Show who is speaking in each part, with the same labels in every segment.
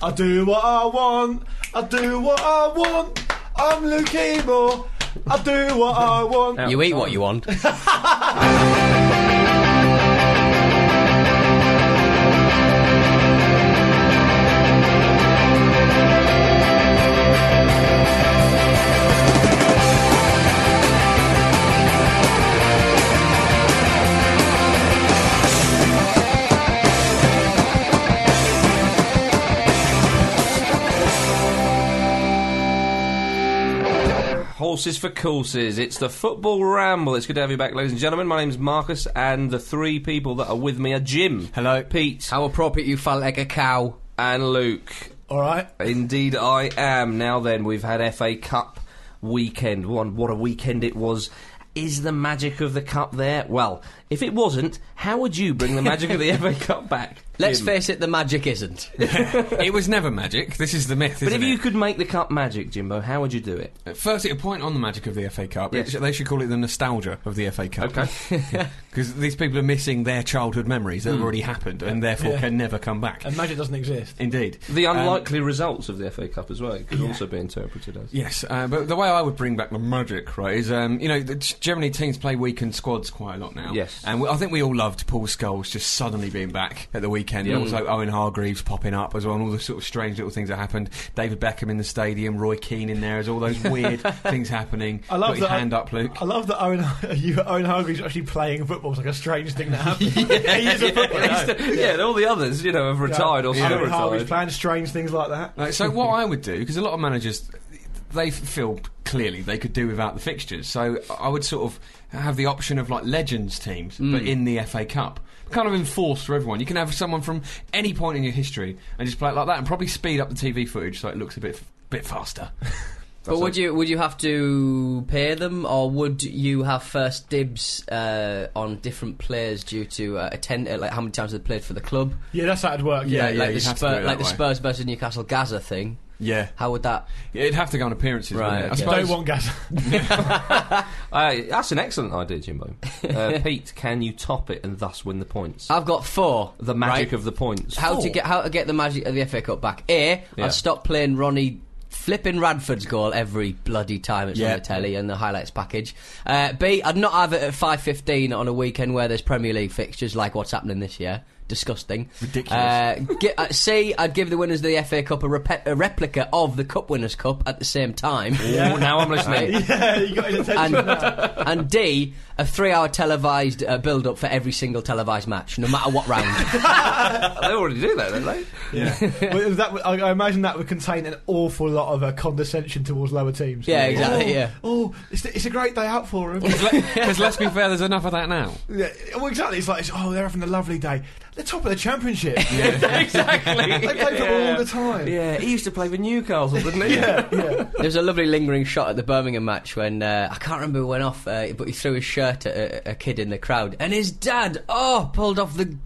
Speaker 1: I do what I want. I do what I want. I'm Luke Moore. I do what I want.
Speaker 2: You eat what you want.
Speaker 3: Horses for courses. It's the football ramble. It's good to have you back, ladies and gentlemen. My name's Marcus, and the three people that are with me are Jim.
Speaker 1: Hello.
Speaker 3: Pete.
Speaker 2: How appropriate you felt like a cow.
Speaker 3: And Luke.
Speaker 1: All right.
Speaker 3: Indeed, I am. Now then, we've had FA Cup weekend. One, what a weekend it was. Is the magic of the cup there? Well, if it wasn't, how would you bring the magic of the FA Cup back?
Speaker 2: Let's
Speaker 3: Jim?
Speaker 2: face it, the magic isn't.
Speaker 4: It was never magic. This is the myth.
Speaker 3: But
Speaker 4: isn't
Speaker 3: if you
Speaker 4: it?
Speaker 3: could make the cup magic, Jimbo, how would you do it?
Speaker 4: firstly, a point on the magic of the FA Cup. It
Speaker 3: Yes.
Speaker 4: sh- they should call it the nostalgia of the FA Cup. because these people are missing their childhood memories
Speaker 3: Hmm.
Speaker 4: that have already happened and therefore can never come back.
Speaker 1: And magic doesn't exist.
Speaker 4: Indeed.
Speaker 3: The
Speaker 4: Um,
Speaker 3: unlikely results of the FA Cup as well it could also be interpreted as.
Speaker 4: Yes, uh, but the way I would bring back the magic, right, is um, you know the- generally teams play weekend squads quite a lot now.
Speaker 3: Yes.
Speaker 4: and we, I think we all loved Paul Scholes just suddenly being back at the weekend. And
Speaker 1: Mm.
Speaker 4: also Owen Hargreaves popping up as well, and all the sort of strange little things that happened. David Beckham in the stadium, Roy Keane in there, as all those weird things happening.
Speaker 1: I love
Speaker 4: Put your
Speaker 1: that.
Speaker 4: hand up, Luke.
Speaker 1: I love that Owen, you, Owen Hargreaves actually playing football. It's like a strange thing that happened. he is a footballer.
Speaker 3: yeah, and all the others, you know, have retired or still
Speaker 1: Owen Hargreaves
Speaker 3: retired.
Speaker 1: playing strange things like that.
Speaker 4: Like, so what I would do, because a lot of managers, they feel clearly they could do without the fixtures. So I would sort of have the option of like legends teams, but
Speaker 2: Mm.
Speaker 4: in the FA Cup. Kind of enforced for everyone. You can have someone from any point in your history and just play it like that, and probably speed up the TV footage so it looks a bit bit faster.
Speaker 2: but would you would you have to pay them, or would you have first dibs uh, on different players due to uh, attend uh, like how many times they played for the club?
Speaker 1: Yeah, that's how it'd work.
Speaker 4: Yeah,
Speaker 1: Yeah,
Speaker 2: like
Speaker 4: you'd
Speaker 2: the,
Speaker 4: have to do it
Speaker 2: Spur,
Speaker 4: that
Speaker 2: like the
Speaker 4: way.
Speaker 2: Spurs versus Newcastle Gaza thing.
Speaker 4: Yeah,
Speaker 2: How would that?
Speaker 4: it'd have to go on appearances. wouldn't
Speaker 2: Right,
Speaker 4: it?
Speaker 2: okay.
Speaker 4: I
Speaker 1: Don't
Speaker 4: suppose.
Speaker 1: want gas.
Speaker 3: Uh, that's an excellent idea, Jimbo. Uh, Pete, can you top it and thus win the points?
Speaker 2: I've got four.
Speaker 3: the magic
Speaker 2: Uh, right?
Speaker 3: of the points.
Speaker 2: how to get how to get the magic of the FA Cup back. A,
Speaker 3: Yeah.
Speaker 2: would stop playing Ronnie flipping Radford's goal every bloody time it's
Speaker 4: Yeah.
Speaker 2: on the telly and the highlights package. Uh, B, I'd not have it at five fifteen on a weekend where there's Premier League fixtures like what's happening this year. Disgusting.
Speaker 4: Ridiculous.
Speaker 2: Uh, gi- uh, C, I'd give the winners of the FA Cup a, rep- a replica of the Cup Winners' Cup at the same time.
Speaker 3: Oh, now I'm listening.
Speaker 1: yeah, you got his attention.
Speaker 2: And, and D, a three-hour televised uh, build-up for every single televised match, no matter what round.
Speaker 3: they already do that, don't they?
Speaker 1: Yeah. Well, that would- I, I imagine that would contain an awful lot of uh, condescension towards lower teams.
Speaker 2: Yeah, exactly,
Speaker 1: Oh,
Speaker 2: yeah.
Speaker 1: Oh, it's, it's a great day out for them.
Speaker 4: Because let's be fair, there's enough of that now.
Speaker 1: yeah, well, exactly. It's like, it's, oh, they're having a lovely day. They're top of the championship.
Speaker 3: exactly.
Speaker 1: They play football all the time.
Speaker 3: Yeah, he used to play for Newcastle, didn't he?
Speaker 1: Yeah, yeah.
Speaker 2: There was a lovely lingering shot at the Birmingham match when uh, I can't remember who went off, uh, but he threw his shirt at a, a kid in the crowd, and his dad, oh, pulled off the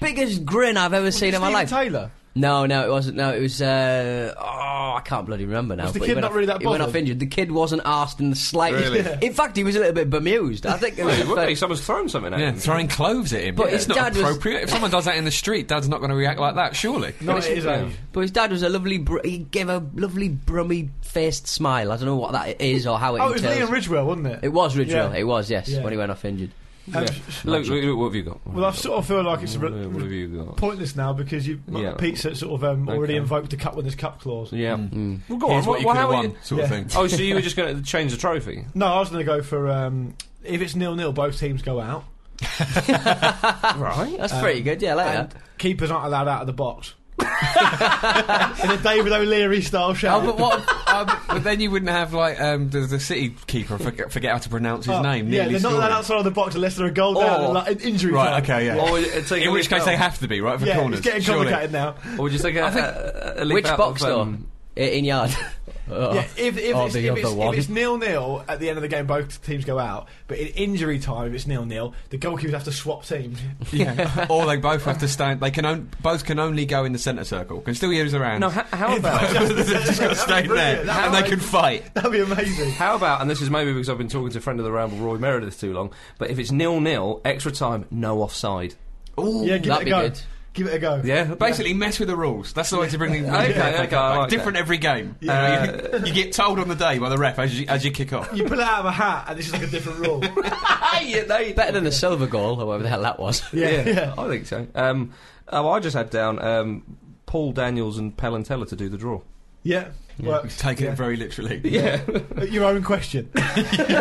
Speaker 2: biggest grin I've ever seen in my
Speaker 1: Steven
Speaker 2: life.
Speaker 1: Taylor.
Speaker 2: no, no, it wasn't. No, it was. Uh, oh, I can't bloody remember now.
Speaker 1: Was the
Speaker 2: but he
Speaker 1: kid
Speaker 2: went
Speaker 1: not
Speaker 2: off-
Speaker 1: really that
Speaker 2: He went
Speaker 1: bothered?
Speaker 2: off injured. The kid wasn't asked in the slightest. In fact, he was a little bit bemused. I think. It was
Speaker 3: It
Speaker 2: the
Speaker 3: would be.
Speaker 2: first-
Speaker 3: Someone's thrown something at
Speaker 4: Yeah,
Speaker 3: him.
Speaker 4: throwing cloves at him.
Speaker 2: But
Speaker 4: But
Speaker 2: his
Speaker 4: it's
Speaker 2: dad
Speaker 4: not
Speaker 2: was-
Speaker 4: appropriate. If someone does that in the street, dad's not going to react like that, surely.
Speaker 1: No, it is.
Speaker 3: yeah.
Speaker 1: age.
Speaker 2: but his dad was a lovely. Br- he gave a lovely brummy-faced smile. I don't know what that is or how it.
Speaker 1: Oh, it was
Speaker 2: entails.
Speaker 1: Liam Ridgewell, wasn't it?
Speaker 2: It was Ridgewell.
Speaker 1: Yeah.
Speaker 2: It was yes.
Speaker 1: Yeah.
Speaker 2: When he went off injured.
Speaker 1: Um,
Speaker 3: Yeah. Luke, Luke, Luke, what have you got? What
Speaker 1: Well, I
Speaker 3: have you
Speaker 1: sort of feel like it's
Speaker 3: got? Yeah, What have
Speaker 1: re-
Speaker 3: you got?
Speaker 1: pointless now because you
Speaker 3: Yeah.
Speaker 1: Pete's sort of um, already
Speaker 3: Okay.
Speaker 1: invoked the cup winners' cup clause.
Speaker 3: Yeah. Well, go
Speaker 4: Here's
Speaker 3: on.
Speaker 4: what you could
Speaker 3: well, how
Speaker 4: have
Speaker 3: are
Speaker 4: won, sort of
Speaker 1: Yeah.
Speaker 4: thing.
Speaker 3: Oh, so you were just going to change the trophy?
Speaker 1: No, I was going to go for um, if it's nil nil, both teams go out.
Speaker 3: right.
Speaker 2: That's pretty good. Yeah, I like
Speaker 1: Um, And
Speaker 2: that.
Speaker 1: keepers aren't allowed out of the box. in a David O'Leary style show.
Speaker 4: Oh, but what? um, but then you wouldn't have like um, the, the city keeper. I forget, forget how to pronounce his
Speaker 1: Oh,
Speaker 4: name.
Speaker 1: Yeah,
Speaker 4: nearly
Speaker 1: they're not
Speaker 4: scoring.
Speaker 1: allowed outside of the box unless they're a goal down
Speaker 3: Or-
Speaker 1: and like, an injury. time.
Speaker 4: Right. Okay. Yeah.
Speaker 3: Or, uh, take a
Speaker 4: In which
Speaker 3: leaf
Speaker 4: case
Speaker 3: out.
Speaker 4: they have to be right for
Speaker 1: Yeah,
Speaker 4: corners.
Speaker 1: it's getting
Speaker 4: surely.
Speaker 1: complicated now.
Speaker 3: Or just like a,
Speaker 4: I think-
Speaker 3: a, a leaf
Speaker 2: Which
Speaker 3: out
Speaker 2: box
Speaker 3: of,
Speaker 2: though?
Speaker 3: um,
Speaker 2: 18 yard. Oh.
Speaker 1: Yeah, if, if,
Speaker 2: Or
Speaker 1: it's,
Speaker 2: the
Speaker 1: if, it's,
Speaker 2: other one.
Speaker 1: if it's nil nil at the end of the game, both teams go out. But in injury time, if it's nil nil, the goalkeepers have to swap teams.
Speaker 4: Yeah. or they both have to stand. They can on, both can only go in the centre circle. Can still use their hands.
Speaker 3: No, how, how about
Speaker 4: They've just got to stay
Speaker 1: That'd be
Speaker 4: there,
Speaker 1: brilliant. That'd
Speaker 4: and
Speaker 1: be
Speaker 4: they can fight.
Speaker 1: That'd be amazing.
Speaker 3: How about, and this is maybe because I've been talking to a friend of the Ramble, Roy Meredith, too long, but if it's nil nil, extra time, no offside.
Speaker 4: Ooh.
Speaker 1: Yeah, give
Speaker 2: that'd
Speaker 1: it a
Speaker 2: be
Speaker 1: go.
Speaker 2: good.
Speaker 1: Give it a go.
Speaker 3: Yeah,
Speaker 4: Basically, mess with the rules. That's the way to bring the
Speaker 3: Okay,
Speaker 4: the FA Cup
Speaker 3: okay,
Speaker 4: back.
Speaker 3: I like
Speaker 4: different every game.
Speaker 1: Yeah.
Speaker 4: You, know, you, you get told on the day by the ref as you, as you kick off.
Speaker 1: You pull it out of a hat, and this is like a different rule.
Speaker 2: Better than the silver goal, or whatever the hell that was.
Speaker 1: Yeah,
Speaker 3: yeah,
Speaker 1: yeah.
Speaker 3: I think so. Um, oh, I just had down um, Paul Daniels and Pelantella to do the draw.
Speaker 1: yeah, works.
Speaker 4: Taking
Speaker 1: Yeah.
Speaker 4: it very literally.
Speaker 3: Yeah.
Speaker 1: Your own question.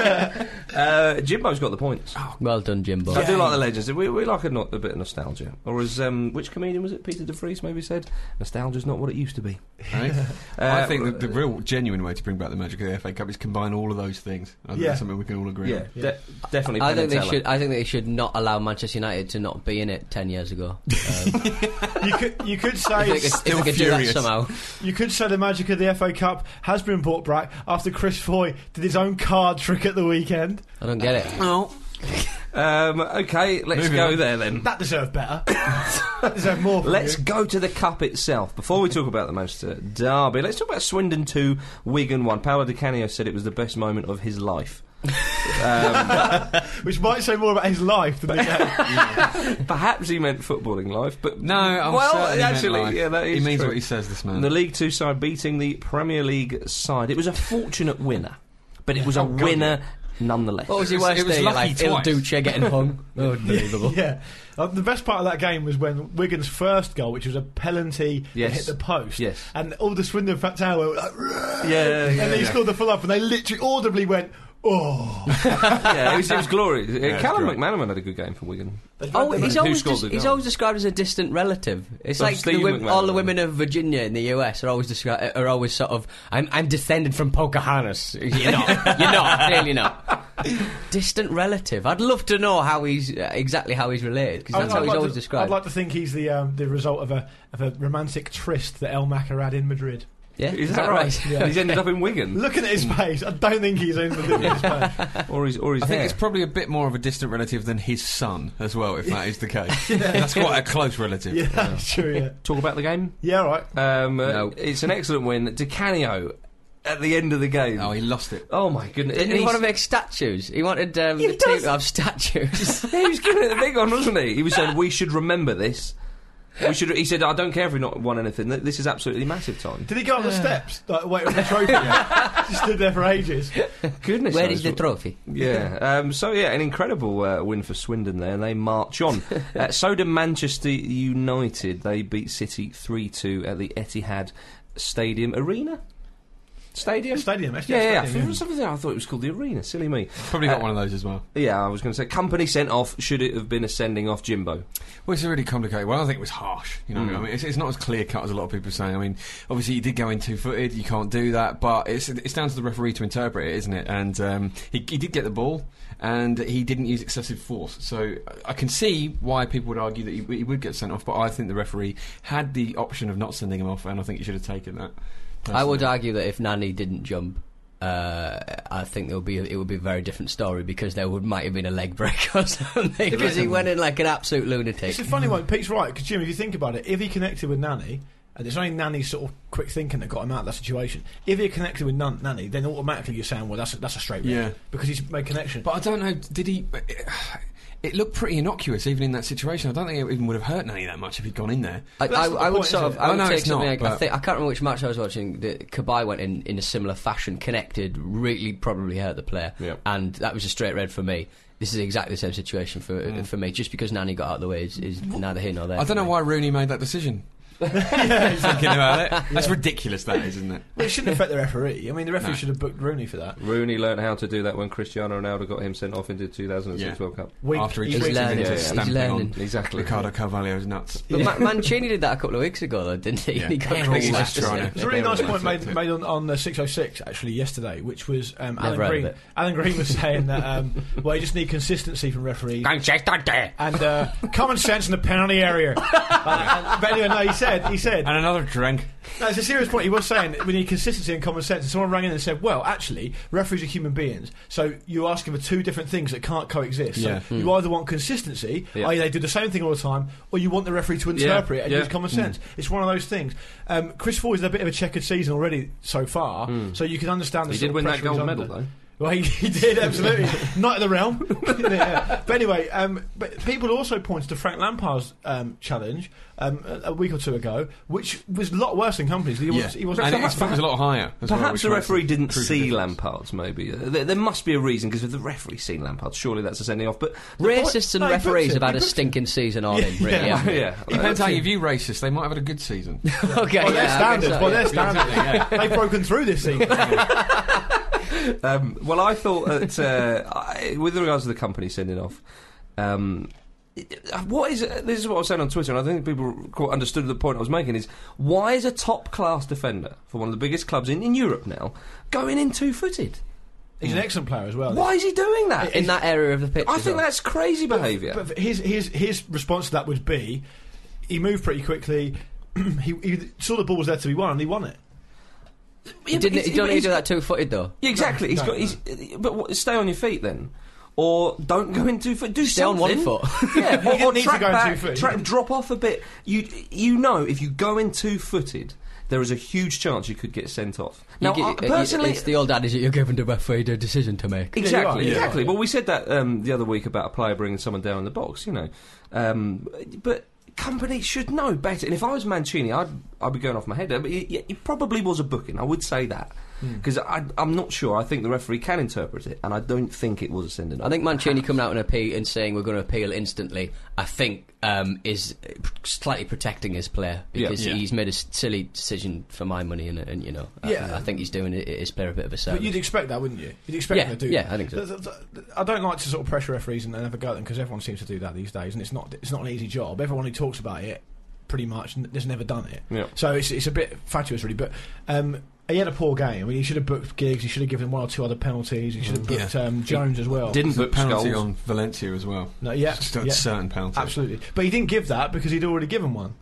Speaker 3: uh, Jimbo's got the points.
Speaker 2: Well done, Jimbo.
Speaker 3: I do like the legends. We, we like a, not, a bit of nostalgia. Or as um, which comedian was it? Peter DeVries maybe said, "Nostalgia's not what it used to be."
Speaker 4: Right?
Speaker 3: Uh,
Speaker 4: I think that the real, genuine way to bring back the magic of the FA Cup is combine all of those things. I think
Speaker 1: Yeah.
Speaker 4: that's something we can all agree
Speaker 3: Yeah,
Speaker 4: on.
Speaker 3: de- definitely.
Speaker 2: I think they
Speaker 3: Pelantella.
Speaker 2: should. I think they should not allow Manchester United to not be in it ten years ago. Um,
Speaker 1: You could you could say
Speaker 2: if they could, if
Speaker 4: Still
Speaker 2: they could do that
Speaker 4: furious.
Speaker 2: somehow,
Speaker 1: you could say the magic of the FA Cup has been brought back after Chris Foy did his own card trick at the weekend.
Speaker 2: I don't get it.
Speaker 3: Um, okay, let's
Speaker 4: Moving
Speaker 3: go
Speaker 4: on.
Speaker 3: there then.
Speaker 1: That deserved better. that deserved more. from
Speaker 3: Let's
Speaker 1: you.
Speaker 3: go to the cup itself. Before we talk about the Manchester derby, let's talk about Swindon 2, Wigan 1. Paolo Di Canio said it was the best moment of his life. Um,
Speaker 1: which might say more about his life than the game.
Speaker 3: Perhaps he meant footballing life, but
Speaker 4: No, Uh, I'm
Speaker 3: well,
Speaker 4: certainly meant
Speaker 3: actually,
Speaker 4: life.
Speaker 3: yeah, that is
Speaker 4: he means
Speaker 3: true.
Speaker 4: what he says. This man.
Speaker 3: The League Two side beating the Premier League side. It was a fortunate winner, but it was a
Speaker 4: God,
Speaker 3: winner nonetheless.
Speaker 2: What was your
Speaker 4: It was-
Speaker 2: worst
Speaker 4: it was
Speaker 2: day?
Speaker 4: lucky
Speaker 2: Like Il
Speaker 4: twice.
Speaker 2: Duce getting hung. Unbelievable.
Speaker 1: Yeah, um, the best part of that game was when Wigan's first goal, which was a penalty
Speaker 3: Yes.
Speaker 1: that hit the post,
Speaker 3: Yes.
Speaker 1: and all the Swindon fans tower were like, "Rah!"
Speaker 3: Yeah,
Speaker 1: and
Speaker 3: yeah,
Speaker 1: they
Speaker 3: yeah.
Speaker 1: scored the full up, and they literally audibly went, "Oh!"
Speaker 3: yeah, it was, it was glorious. Uh,
Speaker 4: it's
Speaker 3: Callum
Speaker 4: great.
Speaker 3: McManaman had a good game for Wigan.
Speaker 2: Oh, he's
Speaker 3: Who
Speaker 2: always
Speaker 3: scored
Speaker 2: des-
Speaker 3: the
Speaker 2: he's
Speaker 3: goal?
Speaker 2: always described as a distant relative. It's
Speaker 3: Of
Speaker 2: like the
Speaker 3: Steve
Speaker 2: wom-
Speaker 3: McMahon,
Speaker 2: all the
Speaker 3: right?
Speaker 2: women of Virginia in the US are always descri- are always sort of I'm I'm descended from Pocahontas. You're not. You're not. Clearly not. Distant relative. I'd love to know how he's uh, exactly how he's related because that's how he's always
Speaker 1: to,
Speaker 2: described.
Speaker 1: I'd like to think he's the um, the result of a of a romantic tryst that El Macker had in Madrid.
Speaker 2: yeah,
Speaker 3: Is that right?
Speaker 1: Yeah.
Speaker 3: He's ended up in Wigan,
Speaker 1: Looking at his face, I don't think he's in Madrid. his face.
Speaker 3: or he's or he's
Speaker 4: I think
Speaker 3: there.
Speaker 4: it's probably a bit more of a distant relative than his son as well, if that is the case. That's quite a close relative.
Speaker 1: Yeah, that's true. Yeah,
Speaker 3: Talk about the game.
Speaker 1: yeah, all right.
Speaker 3: Um, uh,
Speaker 2: No.
Speaker 3: It's an excellent win. DiCanio at the end of the game.
Speaker 4: Oh, he lost it.
Speaker 3: Oh, my goodness.
Speaker 2: Didn't
Speaker 3: And
Speaker 2: he want
Speaker 3: he's-
Speaker 2: to make statues? He wanted um,
Speaker 3: He
Speaker 2: the team
Speaker 3: does.
Speaker 2: to have statues.
Speaker 3: he was giving it the big one, wasn't he? He was saying, "We should remember this." We should. He said, "I don't care if we not won anything. Th- This is absolutely massive time."
Speaker 1: Did he go up the steps like waiting for the trophy? Just stood there for ages.
Speaker 3: Goodness,
Speaker 2: Where
Speaker 3: knows
Speaker 2: is the
Speaker 3: what-
Speaker 2: trophy?
Speaker 3: Yeah. Um, so yeah, an incredible uh, win for Swindon there, and they march on. uh, so do Manchester United. They beat City three-two at the Etihad Stadium Arena. Stadium.
Speaker 1: Stadium, actually.
Speaker 3: yeah, yeah. yeah.
Speaker 1: stadium,
Speaker 3: For some reason, I thought it was called the Arena. Silly me.
Speaker 4: Probably got one of those as well.
Speaker 3: Yeah, I was going to say company sent off. Should it have been a sending off, Jimbo?
Speaker 4: Well, it's a really complicated one. I think it was harsh. You know,
Speaker 2: Hmm.
Speaker 4: what I mean, it's, it's not as clear cut as a lot of people are saying. I mean, obviously you did go in two footed. You can't do that, but it's it's down to the referee to interpret it, isn't it? And um, he he did get the ball, and he didn't use excessive force. So I I can see why people would argue that he, he would get sent off, but I think the referee had the option of not sending him off, and I think he should have taken that.
Speaker 2: I would uh,
Speaker 4: personally.
Speaker 2: argue that if Nani didn't jump, uh, I think there would be it would be a very different story because there would might have been a leg break or something because he went in like an absolute lunatic.
Speaker 1: It's a funny one. Pete's right because Jim, if you think about it, if he connected with Nanny, and it's only Nanny's sort of quick thinking that got him out of that situation. If he connected with Nan- Nanny, then automatically you're saying, well, that's a, that's a straight red
Speaker 4: Yeah.
Speaker 1: because he's made connection.
Speaker 4: But I don't know. Did he? It looked pretty innocuous, even in that situation. I don't think it even would have hurt Nanny that much if he'd gone in there.
Speaker 2: I,
Speaker 1: that's
Speaker 2: I,
Speaker 1: not the
Speaker 2: I would
Speaker 1: point,
Speaker 2: sort
Speaker 1: is
Speaker 2: of.
Speaker 1: it?
Speaker 2: I
Speaker 4: Oh,
Speaker 2: would
Speaker 4: no,
Speaker 2: take
Speaker 4: it's not,
Speaker 2: something. like, I,
Speaker 4: but-
Speaker 2: think, I can't remember which match I was watching. That Kabai went in in a similar fashion, connected, really probably hurt the player,
Speaker 4: Yep.
Speaker 2: and that was a straight red for me. This is exactly the same
Speaker 4: Mm.
Speaker 2: situation for for me. Just because Nani got out of the way is, is neither here nor there.
Speaker 4: I don't know why Rooney made that decision. Thinking about it, that's ridiculous. That is, isn't it?
Speaker 1: It shouldn't affect the referee. I mean, the referee
Speaker 4: No.
Speaker 1: should have booked Rooney for that.
Speaker 3: Rooney learnt how to do that when Cristiano Ronaldo got him sent off in the 2006
Speaker 4: Yeah.
Speaker 3: World Cup.
Speaker 1: Wink,
Speaker 4: After he
Speaker 1: you
Speaker 2: He's
Speaker 4: just
Speaker 1: wink.
Speaker 2: learning.
Speaker 4: into
Speaker 3: yeah, yeah.
Speaker 4: stamping
Speaker 2: He's
Speaker 4: on
Speaker 2: learning.
Speaker 3: Exactly.
Speaker 4: Ricardo Carvalho's nuts.
Speaker 2: But Ma- Mancini did that a couple of weeks ago, though, didn't he?
Speaker 4: Yeah.
Speaker 2: he got
Speaker 4: Yeah,
Speaker 2: called
Speaker 4: he's
Speaker 2: out.
Speaker 4: just trying to-
Speaker 1: There's a really
Speaker 4: They
Speaker 1: nice
Speaker 4: don't
Speaker 1: point
Speaker 4: reflect
Speaker 1: made,
Speaker 4: it.
Speaker 1: made on, on the 606 actually yesterday, which was um, Alan
Speaker 2: Never heard of
Speaker 1: Green.
Speaker 2: it.
Speaker 1: Alan Green was saying that um, well, you just need consistency from referees and uh, common sense in the penalty area. Uh, but anyway, no, he said he said
Speaker 4: And another drink.
Speaker 1: no, it's a serious point. He was saying we need consistency and common sense. And someone rang in and said, "Well, actually, referees are human beings, so you're asking for two different things that can't coexist. So
Speaker 4: Yeah.
Speaker 1: you either want consistency,
Speaker 3: Hmm. Yeah.
Speaker 1: i.e., they do the same thing all the time, or you want the referee to interpret it and
Speaker 3: yeah. Hmm.
Speaker 1: use common sense. It's one of those things. Um, Chris Paul is in a bit of a checkered season already so far, so you can understand. The
Speaker 3: Hmm. He
Speaker 1: sort
Speaker 3: did
Speaker 1: of
Speaker 3: win that
Speaker 1: pressure he's
Speaker 3: gold
Speaker 1: under.
Speaker 3: medal, though.
Speaker 1: Well, he, he did absolutely Knight of the realm. Yeah. But anyway, um, but people also pointed to Frank Lampard's um, challenge um, a, a week or two ago, which was a lot worse than companies. He was, he was
Speaker 4: and his fat was a lot higher. as well,
Speaker 3: Perhaps
Speaker 4: which
Speaker 3: the
Speaker 4: makes
Speaker 3: referee
Speaker 4: it
Speaker 3: didn't
Speaker 4: prove the
Speaker 3: see
Speaker 4: difference.
Speaker 3: Lampard's, maybe. Uh, There, there must be a reason, because if the referee seen Lampard, surely that's a sending off. But
Speaker 2: Racists and
Speaker 1: No, he puts
Speaker 2: referees
Speaker 1: it,
Speaker 2: have had
Speaker 1: he
Speaker 2: a
Speaker 1: puts it.
Speaker 2: stinking season on him, really.
Speaker 3: yeah,
Speaker 2: haven't they?
Speaker 3: yeah.
Speaker 4: Depends how you view racist. They might have had a good season.
Speaker 2: okay,
Speaker 1: By
Speaker 2: yeah,
Speaker 1: their
Speaker 2: I guess
Speaker 1: standards,
Speaker 2: so,
Speaker 1: by
Speaker 2: yeah.
Speaker 1: their standards, they've broken through this season.
Speaker 3: Um, well, I thought that uh, I, with regards to the company sending off. Um, it- what is uh, this is what I was saying on Twitter, and I think people quite understood the point I was making is why is a top class defender for one of the biggest clubs in, in Europe now going in two footed?
Speaker 1: He's an excellent player as well.
Speaker 3: Why is he doing that?
Speaker 2: In that area of the pitch.
Speaker 3: I
Speaker 2: as
Speaker 3: think
Speaker 2: well.
Speaker 3: that's crazy behaviour.
Speaker 1: But his his his response to that would be, he moved pretty quickly. he, he saw the ball was there to be won, and he won it.
Speaker 2: He
Speaker 3: Yeah, but
Speaker 2: didn't,
Speaker 3: he's-
Speaker 2: he don't
Speaker 3: but
Speaker 2: need
Speaker 3: he's-
Speaker 2: to do that two footed, though.
Speaker 3: Yeah, exactly. He's
Speaker 1: no,
Speaker 3: got. He's, but what, stay on your feet then, or don't go in two foot. Do
Speaker 2: Stay on
Speaker 3: something.
Speaker 2: one foot.
Speaker 3: yeah,
Speaker 1: You
Speaker 3: or,
Speaker 1: didn't
Speaker 3: or
Speaker 1: need to
Speaker 3: track
Speaker 1: go in
Speaker 3: back,
Speaker 1: two foot.
Speaker 3: track- drop off a bit. You you know if you go in two footed, there is a huge chance you could get sent off. Now,
Speaker 2: You
Speaker 3: I-
Speaker 2: get-
Speaker 3: personally.
Speaker 2: it's the old adage that you're giving the referee the decision to make.
Speaker 3: Exactly,
Speaker 1: Yeah, you are, yeah.
Speaker 3: exactly. Well, we said that um, the other week about a player bringing someone down in the box, you know. Um, but company should know better. And if I was Mancini, I'd, I'd be going off my head there. But it, it probably was a booking, I would say that. Because I'm not sure. I think the referee can interpret it, and I don't think it was a sending.
Speaker 2: I think Mancini coming out and appeal and saying we're going to appeal instantly, I think, um, is slightly protecting his player
Speaker 3: Yeah.
Speaker 2: because
Speaker 4: Yeah.
Speaker 2: he's made a s- silly decision for my money, and, and you know, I,
Speaker 1: Yeah.
Speaker 2: I think he's doing it, his player a bit of a service.
Speaker 1: But you'd expect that, wouldn't you? You'd expect
Speaker 2: Yeah,
Speaker 1: them to do
Speaker 2: yeah,
Speaker 1: that.
Speaker 2: I think so.
Speaker 1: Th- th- th- I don't like to sort of pressure referees and then have a go at them because everyone seems to do that these days, and it's not it's not an easy job. Everyone who talks about it pretty much n- has never done it.
Speaker 3: Yeah.
Speaker 1: So it's it's a bit fatuous, really. But um, he had a poor game. I mean, he should have booked gigs. He should have given one or two other penalties. He should have booked
Speaker 4: Mm, Yeah.
Speaker 1: um, Jones as well.
Speaker 3: Didn't
Speaker 4: There's a
Speaker 3: book
Speaker 4: penalty
Speaker 3: Scholes.
Speaker 4: on Valencia as well.
Speaker 1: No, yeah,
Speaker 4: Just a
Speaker 1: yeah.
Speaker 4: certain penalty.
Speaker 1: Absolutely, but he didn't give that because he'd already given one.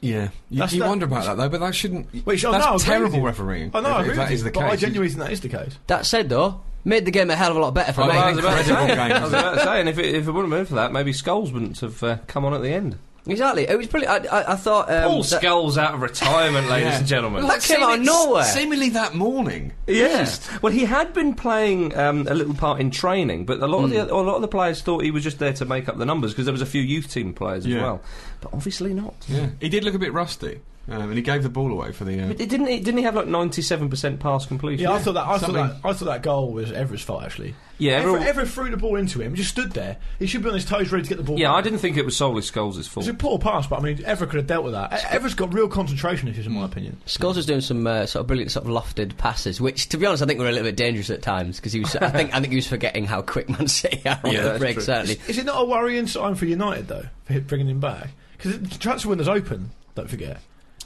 Speaker 4: Yeah, you,
Speaker 1: That's
Speaker 4: you
Speaker 1: that-
Speaker 4: wonder about that though. But that shouldn't.
Speaker 1: Which- oh,
Speaker 4: that's
Speaker 1: no, I agree
Speaker 4: terrible
Speaker 1: with you.
Speaker 4: refereeing.
Speaker 1: I know,
Speaker 4: if,
Speaker 1: I
Speaker 4: if
Speaker 1: agree
Speaker 4: that
Speaker 1: with you,
Speaker 4: is the
Speaker 1: but
Speaker 4: case,
Speaker 1: I genuinely think that is the case.
Speaker 2: that said, though, made the game a hell of a lot better for
Speaker 4: Oh,
Speaker 2: me.
Speaker 4: that
Speaker 3: I
Speaker 4: was
Speaker 3: was
Speaker 4: about
Speaker 3: about
Speaker 4: to say-
Speaker 3: I was about to say, and if it, if it wouldn't have been for that, maybe Skulls wouldn't have uh, come on at the end.
Speaker 2: Exactly, it was brilliant. I, I, I thought um,
Speaker 3: All
Speaker 2: that-
Speaker 3: Skulls out of retirement, ladies
Speaker 4: Yeah.
Speaker 3: and gentlemen.
Speaker 2: That came out of nowhere.
Speaker 4: Seemingly that morning.
Speaker 3: Yes. Well, he had been playing um, a little part in training, but a lot of the
Speaker 1: Hmm.
Speaker 3: a lot of the players thought he was just there to make up the numbers because there was a few youth team players as
Speaker 4: Yeah.
Speaker 3: well. But obviously not.
Speaker 4: Yeah, he did look a bit rusty, um, and he gave the ball away for the. Uh,
Speaker 3: But it didn't. It, didn't he have like ninety seven percent pass completion?
Speaker 1: Yeah, I thought that. I thought
Speaker 4: Something-
Speaker 1: that. I thought that goal was Everett's fault actually.
Speaker 3: Yeah,
Speaker 1: Everett,
Speaker 3: everyone-
Speaker 1: Everett threw the ball into him. Just stood there. He should be on his toes, ready to get the ball.
Speaker 3: yeah,
Speaker 1: back.
Speaker 3: I didn't think it was solely Scholes'
Speaker 1: It's
Speaker 3: fault.
Speaker 1: a poor pass, but I mean, Everett could have dealt with that. E- Everett's got real concentration issues, in my opinion.
Speaker 2: Scholes was doing some uh, sort of brilliant, sort of lofted passes, which, to be honest, I think were a little bit dangerous at times because he was. I think I think he was forgetting how quick Man City are on
Speaker 3: Yeah,
Speaker 2: the
Speaker 3: that's
Speaker 2: break.
Speaker 3: true.
Speaker 2: Certainly,
Speaker 1: Is it not a worrying sign for United though, for him bringing him back? Because the transfer window's open. Don't forget.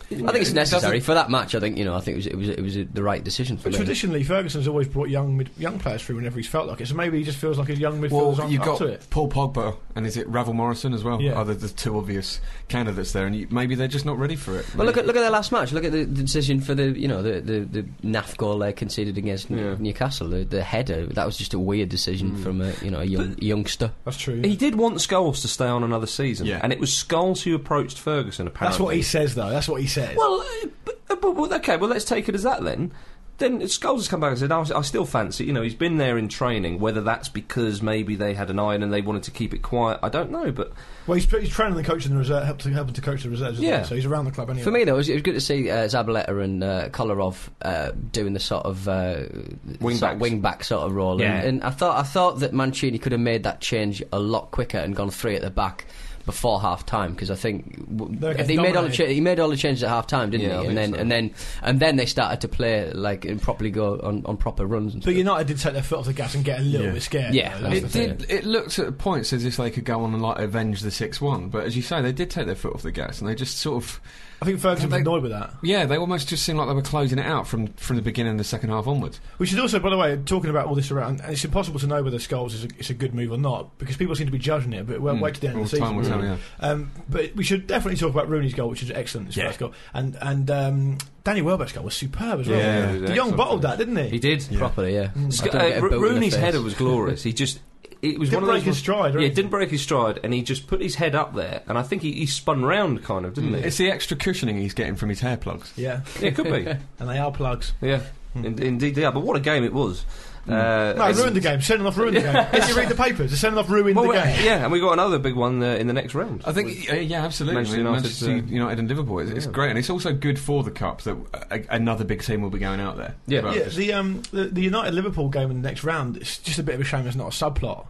Speaker 2: I think it's
Speaker 4: it
Speaker 2: necessary
Speaker 4: doesn't-
Speaker 2: for that match. I think you know. I think it was it was, it was uh, the right decision for
Speaker 1: But
Speaker 2: me.
Speaker 1: traditionally, Ferguson's always brought young mid- young players through whenever he's felt like it. So maybe he just feels like a young midfielder's
Speaker 4: Well,
Speaker 1: on
Speaker 4: you've
Speaker 1: up
Speaker 4: got
Speaker 1: to it.
Speaker 4: Paul Pogba and is it Ravel Morrison as well?
Speaker 1: Yeah.
Speaker 4: Are the, the two obvious candidates there, and you, maybe they're just not ready for it.
Speaker 2: But look at look at their last match. Look at the, the decision for the you know the the, the NAF goal they conceded against N-
Speaker 3: Yeah. Hmm.
Speaker 2: Newcastle. The, the header that was just a weird decision from a you know a young, youngster.
Speaker 1: That's true. yeah.
Speaker 3: He did want Scholes to stay on another season,
Speaker 4: Yeah.
Speaker 3: and it was Scholes who approached Ferguson. Apparently,
Speaker 1: That's what he says, though. That's what he says.
Speaker 3: Well, uh, but, uh, but, but okay, well let's take it as that then. Then Scholes has come back and said, I, I still fancy, you know, he's been there in training. Whether that's because maybe they had an iron and they wanted to keep it quiet, I don't know. But
Speaker 1: Well, he's, he's training the coach in the reserve, help to, helping to coach the reserves. isn't he?
Speaker 3: Yeah.
Speaker 1: So he's around the club anyway.
Speaker 2: For me though, it was, it was good to see uh, Zabaleta and uh, Kolarov uh, doing the sort of uh,
Speaker 3: Wing
Speaker 2: sort of
Speaker 3: backs.
Speaker 2: wing back sort of role.
Speaker 3: Yeah.
Speaker 2: And, and I thought I thought that Mancini could have made that change a lot quicker and gone three at the back. before half time because I think w-
Speaker 1: They're
Speaker 2: they
Speaker 1: getting
Speaker 2: made all the cha-
Speaker 1: dominated.
Speaker 2: he made all the changes at half time, didn't
Speaker 3: Yeah, I
Speaker 2: he? And then
Speaker 3: think so.
Speaker 2: and then and then they started to play like and properly go on, on proper runs. And
Speaker 1: But
Speaker 2: stuff.
Speaker 1: United did take their foot off the gas and get a little
Speaker 4: Yeah.
Speaker 1: bit scared.
Speaker 2: Yeah,
Speaker 1: though,
Speaker 2: that's
Speaker 1: that's
Speaker 2: the
Speaker 1: the
Speaker 4: It
Speaker 1: thing.
Speaker 2: thing.
Speaker 4: did. It looked at points as if they could go on and like avenge the six-one, but as you say, they did take their foot off the gas, and they just sort of,
Speaker 1: I think Ferguson was
Speaker 4: They-
Speaker 1: annoyed with that.
Speaker 4: yeah, they almost just seemed like they were closing it out from from the beginning of the second half onwards.
Speaker 1: We should also, by the way, talking about all this around, and it's impossible to know whether Skulls is a, is a good move or not because people seem to be judging it, but
Speaker 3: Hmm.
Speaker 1: we'll
Speaker 4: Mm.
Speaker 1: wait to the end
Speaker 4: Well,
Speaker 1: of the
Speaker 4: time
Speaker 1: season.
Speaker 4: will tell, yeah.
Speaker 1: Um, but we should definitely talk about Rooney's goal, which is excellent. His
Speaker 4: Yeah.
Speaker 1: first goal, and and um, Danny Welbeck's goal was superb as well.
Speaker 4: Yeah,
Speaker 3: it was
Speaker 1: the young
Speaker 3: excellent.
Speaker 1: bottled that, didn't he?
Speaker 3: He did.
Speaker 2: properly, yeah.
Speaker 3: Sc-
Speaker 2: Hmm, I don't
Speaker 3: uh,
Speaker 2: get a
Speaker 3: Ro-
Speaker 2: boot in the
Speaker 3: Rooney's
Speaker 2: face.
Speaker 3: header was glorious. He just it was
Speaker 1: Didn't
Speaker 3: one of
Speaker 1: break
Speaker 3: those
Speaker 1: his stride, or
Speaker 3: Yeah,
Speaker 1: anything.
Speaker 3: didn't break his stride, and he just put his head up there, and I think he, he spun round kind of, didn't
Speaker 4: It's the extra cushioning he's getting from his hair plugs.
Speaker 1: Yeah,
Speaker 3: he? Yeah, it could be.
Speaker 1: and they are plugs.
Speaker 3: Yeah, In- indeed. Yeah, but what a game it was. Uh,
Speaker 1: No,
Speaker 3: it's-
Speaker 1: ruined the game. Sending off ruined the game. Did you read the papers? They're sending off ruined
Speaker 3: well,
Speaker 1: the
Speaker 3: we-
Speaker 1: game.
Speaker 3: Yeah, and we got another big one uh, in the next round.
Speaker 4: I think, uh, yeah, absolutely.
Speaker 3: Manchester
Speaker 4: I mean,
Speaker 3: United,
Speaker 4: Manchester
Speaker 3: uh,
Speaker 4: United and Liverpool. It's, it's
Speaker 3: yeah.
Speaker 4: great, and it's also good for the cup that uh, a, a- another big team will be going out there.
Speaker 3: Yeah.
Speaker 4: But-
Speaker 1: Yeah, the um the, the United Liverpool game in the next round. It's just a bit of a shame. There's not a subplot.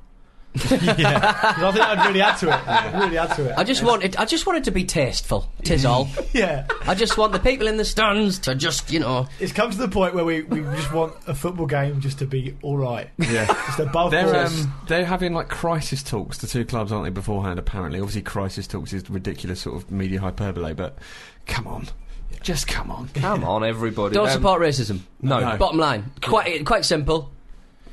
Speaker 1: yeah, I think I'd really add to it. Really add to it.
Speaker 2: I just wanted I just wanted to be tasteful. Tis all.
Speaker 1: yeah,
Speaker 2: I just want the people in the stands to just you know.
Speaker 1: it's come to the point where we, we just want a football game just to be all right,
Speaker 4: yeah.
Speaker 1: just above board.
Speaker 4: They're um, they're having like crisis talks. The two clubs aren't they beforehand? Apparently, obviously, crisis talks is ridiculous sort of media hyperbole. But come on, just come on.
Speaker 3: Come on, everybody.
Speaker 2: Don't
Speaker 3: Um,
Speaker 2: support racism.
Speaker 3: No.
Speaker 4: No.
Speaker 2: Bottom line, quite quite simple.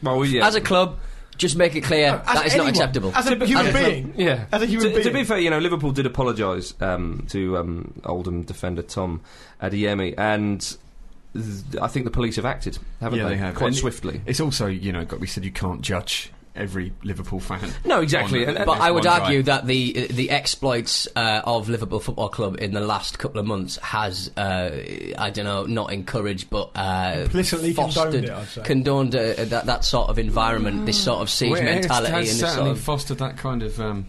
Speaker 3: Well, yeah.
Speaker 2: As a club, just make it clear
Speaker 1: As
Speaker 2: that is
Speaker 1: anyone,
Speaker 2: not acceptable.
Speaker 1: As a human
Speaker 2: as a-
Speaker 1: being,
Speaker 3: yeah.
Speaker 1: as a human
Speaker 3: to, to
Speaker 1: being.
Speaker 3: be fair, you know, Liverpool did apologise um, to um, Oldham defender Tom Adeyemi, and th- I think the police have acted, haven't
Speaker 4: Yeah,
Speaker 3: they?
Speaker 4: they have.
Speaker 3: Quite
Speaker 4: And-
Speaker 3: swiftly.
Speaker 4: It's also you know got to be said you can't judge every Liverpool fan.
Speaker 3: No, exactly.
Speaker 4: On-
Speaker 3: And- and-
Speaker 2: But I would
Speaker 4: one guy.
Speaker 2: argue that the the exploits uh, of Liverpool Football Club in the last couple of months has uh, I don't know not encouraged but uh,
Speaker 1: Implicitly
Speaker 2: fostered,
Speaker 1: condoned it, I'd say.
Speaker 2: condoned, uh, that that sort of environment, this sort of siege
Speaker 4: Well, it has-
Speaker 2: mentality, and
Speaker 4: has
Speaker 2: this
Speaker 4: certainly
Speaker 2: sort of
Speaker 4: fostered that kind of um,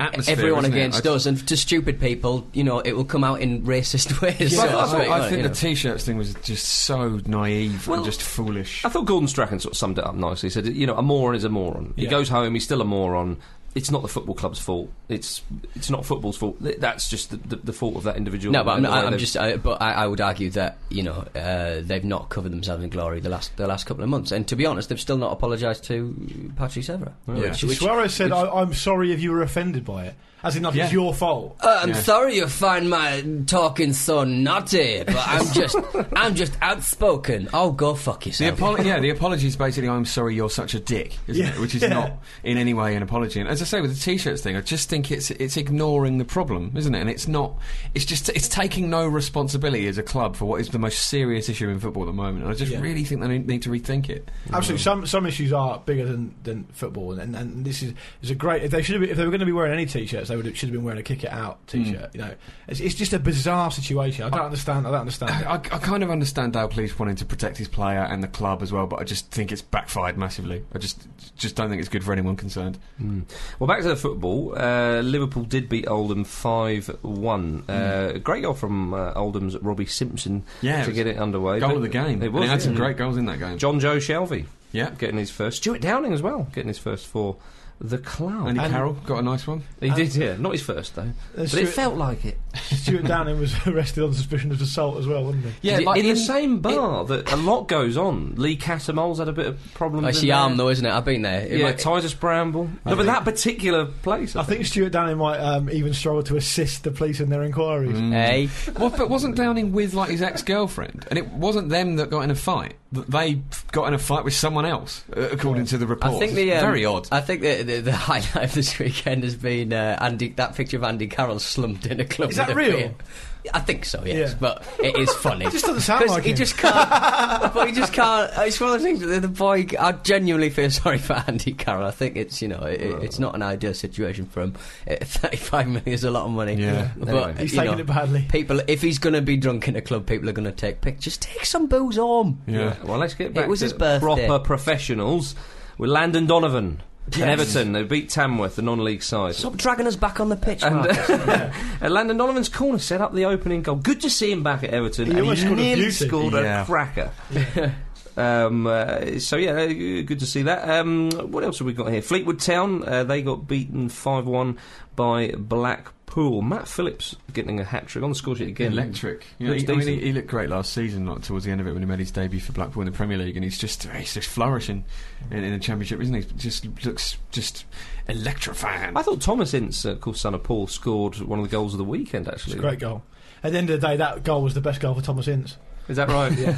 Speaker 4: atmosphere.
Speaker 2: everyone
Speaker 4: hasn't it?
Speaker 2: against
Speaker 4: I-
Speaker 2: us, and to stupid people, you know, it will come out in racist ways.
Speaker 4: Well,
Speaker 2: so
Speaker 4: I,
Speaker 2: to
Speaker 4: thought-
Speaker 2: speak,
Speaker 4: I
Speaker 2: like,
Speaker 4: think
Speaker 2: you
Speaker 4: the t-shirts thing was just so naive
Speaker 3: Well,
Speaker 4: and just foolish.
Speaker 3: I thought Gordon Strachan sort of summed it up nicely. He said, you know, a moron is a moron. He
Speaker 1: Yeah.
Speaker 3: goes home, he's still a moron. It's not the football club's fault. It's it's not football's fault. Th- That's just the, the, the fault of that individual.
Speaker 2: No, but I'm,
Speaker 3: And the way
Speaker 2: I'm
Speaker 3: they've-
Speaker 2: just. I, but I, I would argue that you know uh, they've not covered themselves in glory the last the last couple of months, and to be honest, they've still not apologised to Patrick Evra.
Speaker 4: Yeah.
Speaker 2: Which- which-
Speaker 1: Suarez said, I, "I'm sorry if you were offended by it." As in, like, it's
Speaker 4: Yeah.
Speaker 1: your fault.
Speaker 2: Uh, I'm
Speaker 4: Yeah.
Speaker 2: sorry you find my talking so naughty, but I'm just I'm just outspoken. Oh, go fuck
Speaker 4: The
Speaker 2: yourself.
Speaker 4: apolo- yeah, the apology is basically "I'm sorry, you're such a dick," isn't
Speaker 1: Yeah,
Speaker 4: it? Which is
Speaker 1: yeah.
Speaker 4: not in any way an apology. And as I say with the t-shirts thing, I just think it's it's ignoring the problem, isn't it? And it's not. It's just it's taking no responsibility as a club for what is the most serious issue in football at the moment. And I just
Speaker 1: Yeah.
Speaker 4: really think they need to rethink it.
Speaker 1: Absolutely, some some issues are bigger than, than football, and, and, and this is is a great. If they should have, been- if they were going to be wearing any t-shirts, they would have, should have been wearing a kick it out t-shirt. You know, it's, it's just a bizarre situation. I don't understand. I don't understand.
Speaker 4: I, I kind of understand Dale Please wanting to protect his player and the club as well, but I just think it's backfired massively. I just just don't think it's good for anyone concerned.
Speaker 3: Hmm. Well, back to the football. Uh, Liverpool did beat Oldham 5 1. Uh, great goal from uh, Oldham's Robbie Simpson
Speaker 4: Hmm. Yeah, it
Speaker 3: to
Speaker 4: was
Speaker 3: get it underway.
Speaker 4: Goal
Speaker 3: But
Speaker 4: of the game.
Speaker 3: It
Speaker 4: And
Speaker 3: was.
Speaker 4: had some
Speaker 3: yeah.
Speaker 4: great goals in that game.
Speaker 3: John Joe Shelby
Speaker 4: Yeah.
Speaker 3: getting his first. Stuart Downing as well getting his first for the club.
Speaker 4: Andy
Speaker 1: And-
Speaker 4: Carroll got a nice one.
Speaker 3: he did, yeah. Not his first, though.
Speaker 1: Uh,
Speaker 3: But it
Speaker 1: Stuart,
Speaker 3: felt like it.
Speaker 1: Stuart Downing was arrested on suspicion of assault as well, wasn't he?
Speaker 4: Yeah,
Speaker 3: in,
Speaker 4: like
Speaker 3: the same bar that a lot goes on. Lee Catamole's had a bit of problems.
Speaker 2: It's
Speaker 3: in
Speaker 2: the arm
Speaker 3: there.
Speaker 2: though, isn't it? I've been there. It
Speaker 3: Yeah,
Speaker 2: might-
Speaker 3: Titus Bramble. No, but that particular place. I
Speaker 1: I think Stuart Downing might um, even struggle to assist the police in their inquiries.
Speaker 2: Hmm. Hey,
Speaker 4: Well, but wasn't Downing with like his ex-girlfriend, and it wasn't them that got in a fight. Th- They got in a fight with someone else, uh, according to the report.
Speaker 2: I think the um,
Speaker 4: very odd.
Speaker 2: I think the, the the highlight of this weekend has been uh, Andy that picture of Andy Carroll slumped in a club.
Speaker 1: Is that
Speaker 2: with a
Speaker 1: real?
Speaker 2: beer. I think so, yes,
Speaker 1: Yeah.
Speaker 2: but it is funny.
Speaker 1: It just doesn't sound
Speaker 2: 'Cause
Speaker 1: like
Speaker 2: he
Speaker 1: him.
Speaker 2: just can't. but he just can't. It's one of the things that the boy. I genuinely feel sorry for Andy Carroll. I think it's you know it, it's not an ideal situation for him. Uh, Thirty-five million is a lot of money.
Speaker 4: Yeah.
Speaker 2: but
Speaker 1: He's
Speaker 2: you
Speaker 1: taking
Speaker 2: know,
Speaker 1: it badly.
Speaker 2: People, if he's going to be drunk in a club, people are going to take pictures. Take some booze home.
Speaker 4: yeah.
Speaker 3: Well, let's get back
Speaker 2: was
Speaker 3: to
Speaker 2: his birthday.
Speaker 3: proper professionals with Landon Donovan and Everton. They beat Tamworth, the non-league side.
Speaker 2: Stop dragging us back on the pitch.
Speaker 3: and, uh,
Speaker 2: Mark.
Speaker 3: and Landon Donovan's corner set up the opening goal. Good to see him back at Everton.
Speaker 1: He
Speaker 3: and
Speaker 1: almost
Speaker 3: he
Speaker 1: scored a
Speaker 3: nearly
Speaker 1: beauty.
Speaker 3: scored
Speaker 4: Yeah.
Speaker 3: a cracker. Um, uh, so yeah, uh, good to see that. Um, what else have we got here? Fleetwood Town uh, they got beaten five one by Blackpool. Matt Phillips getting a hat trick on the score sheet again.
Speaker 4: Electric. You know,
Speaker 3: Looks
Speaker 4: he, I mean,
Speaker 3: decent.
Speaker 4: he, he looked great last season, like towards the end of it when he made his debut for Blackpool in the Premier League, and he's just he's just flourishing in, in the Championship, isn't he? Just looks just electrifying.
Speaker 3: I thought Thomas Ince, uh, of course, son of Paul, scored one of the goals of the weekend. Actually,
Speaker 1: It's a great goal. At the end of the day, that goal was the best goal for Thomas Ince.
Speaker 3: is that right? yeah.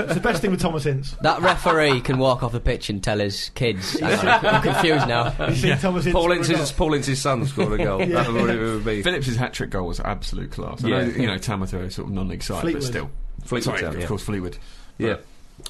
Speaker 1: It's the best thing with Thomas Ince.
Speaker 2: That referee can walk off the pitch and tell his kids. Hang on, I'm confused now.
Speaker 1: You see Thomas Ince.
Speaker 3: Paul
Speaker 1: score a goal.
Speaker 3: Ince's, Paul Ince's son scored a goal.
Speaker 1: Yeah.
Speaker 3: That was what it would be.
Speaker 4: Phillips' hat trick goal was absolute class. I
Speaker 3: Yeah.
Speaker 4: know, you know, Tamworth are a sort of non-league side,
Speaker 1: Fleetwood.
Speaker 4: but still.
Speaker 3: Fleetwood
Speaker 4: Sorry,
Speaker 3: Town,
Speaker 4: of
Speaker 3: yeah.
Speaker 4: course, Fleetwood.
Speaker 3: Yeah.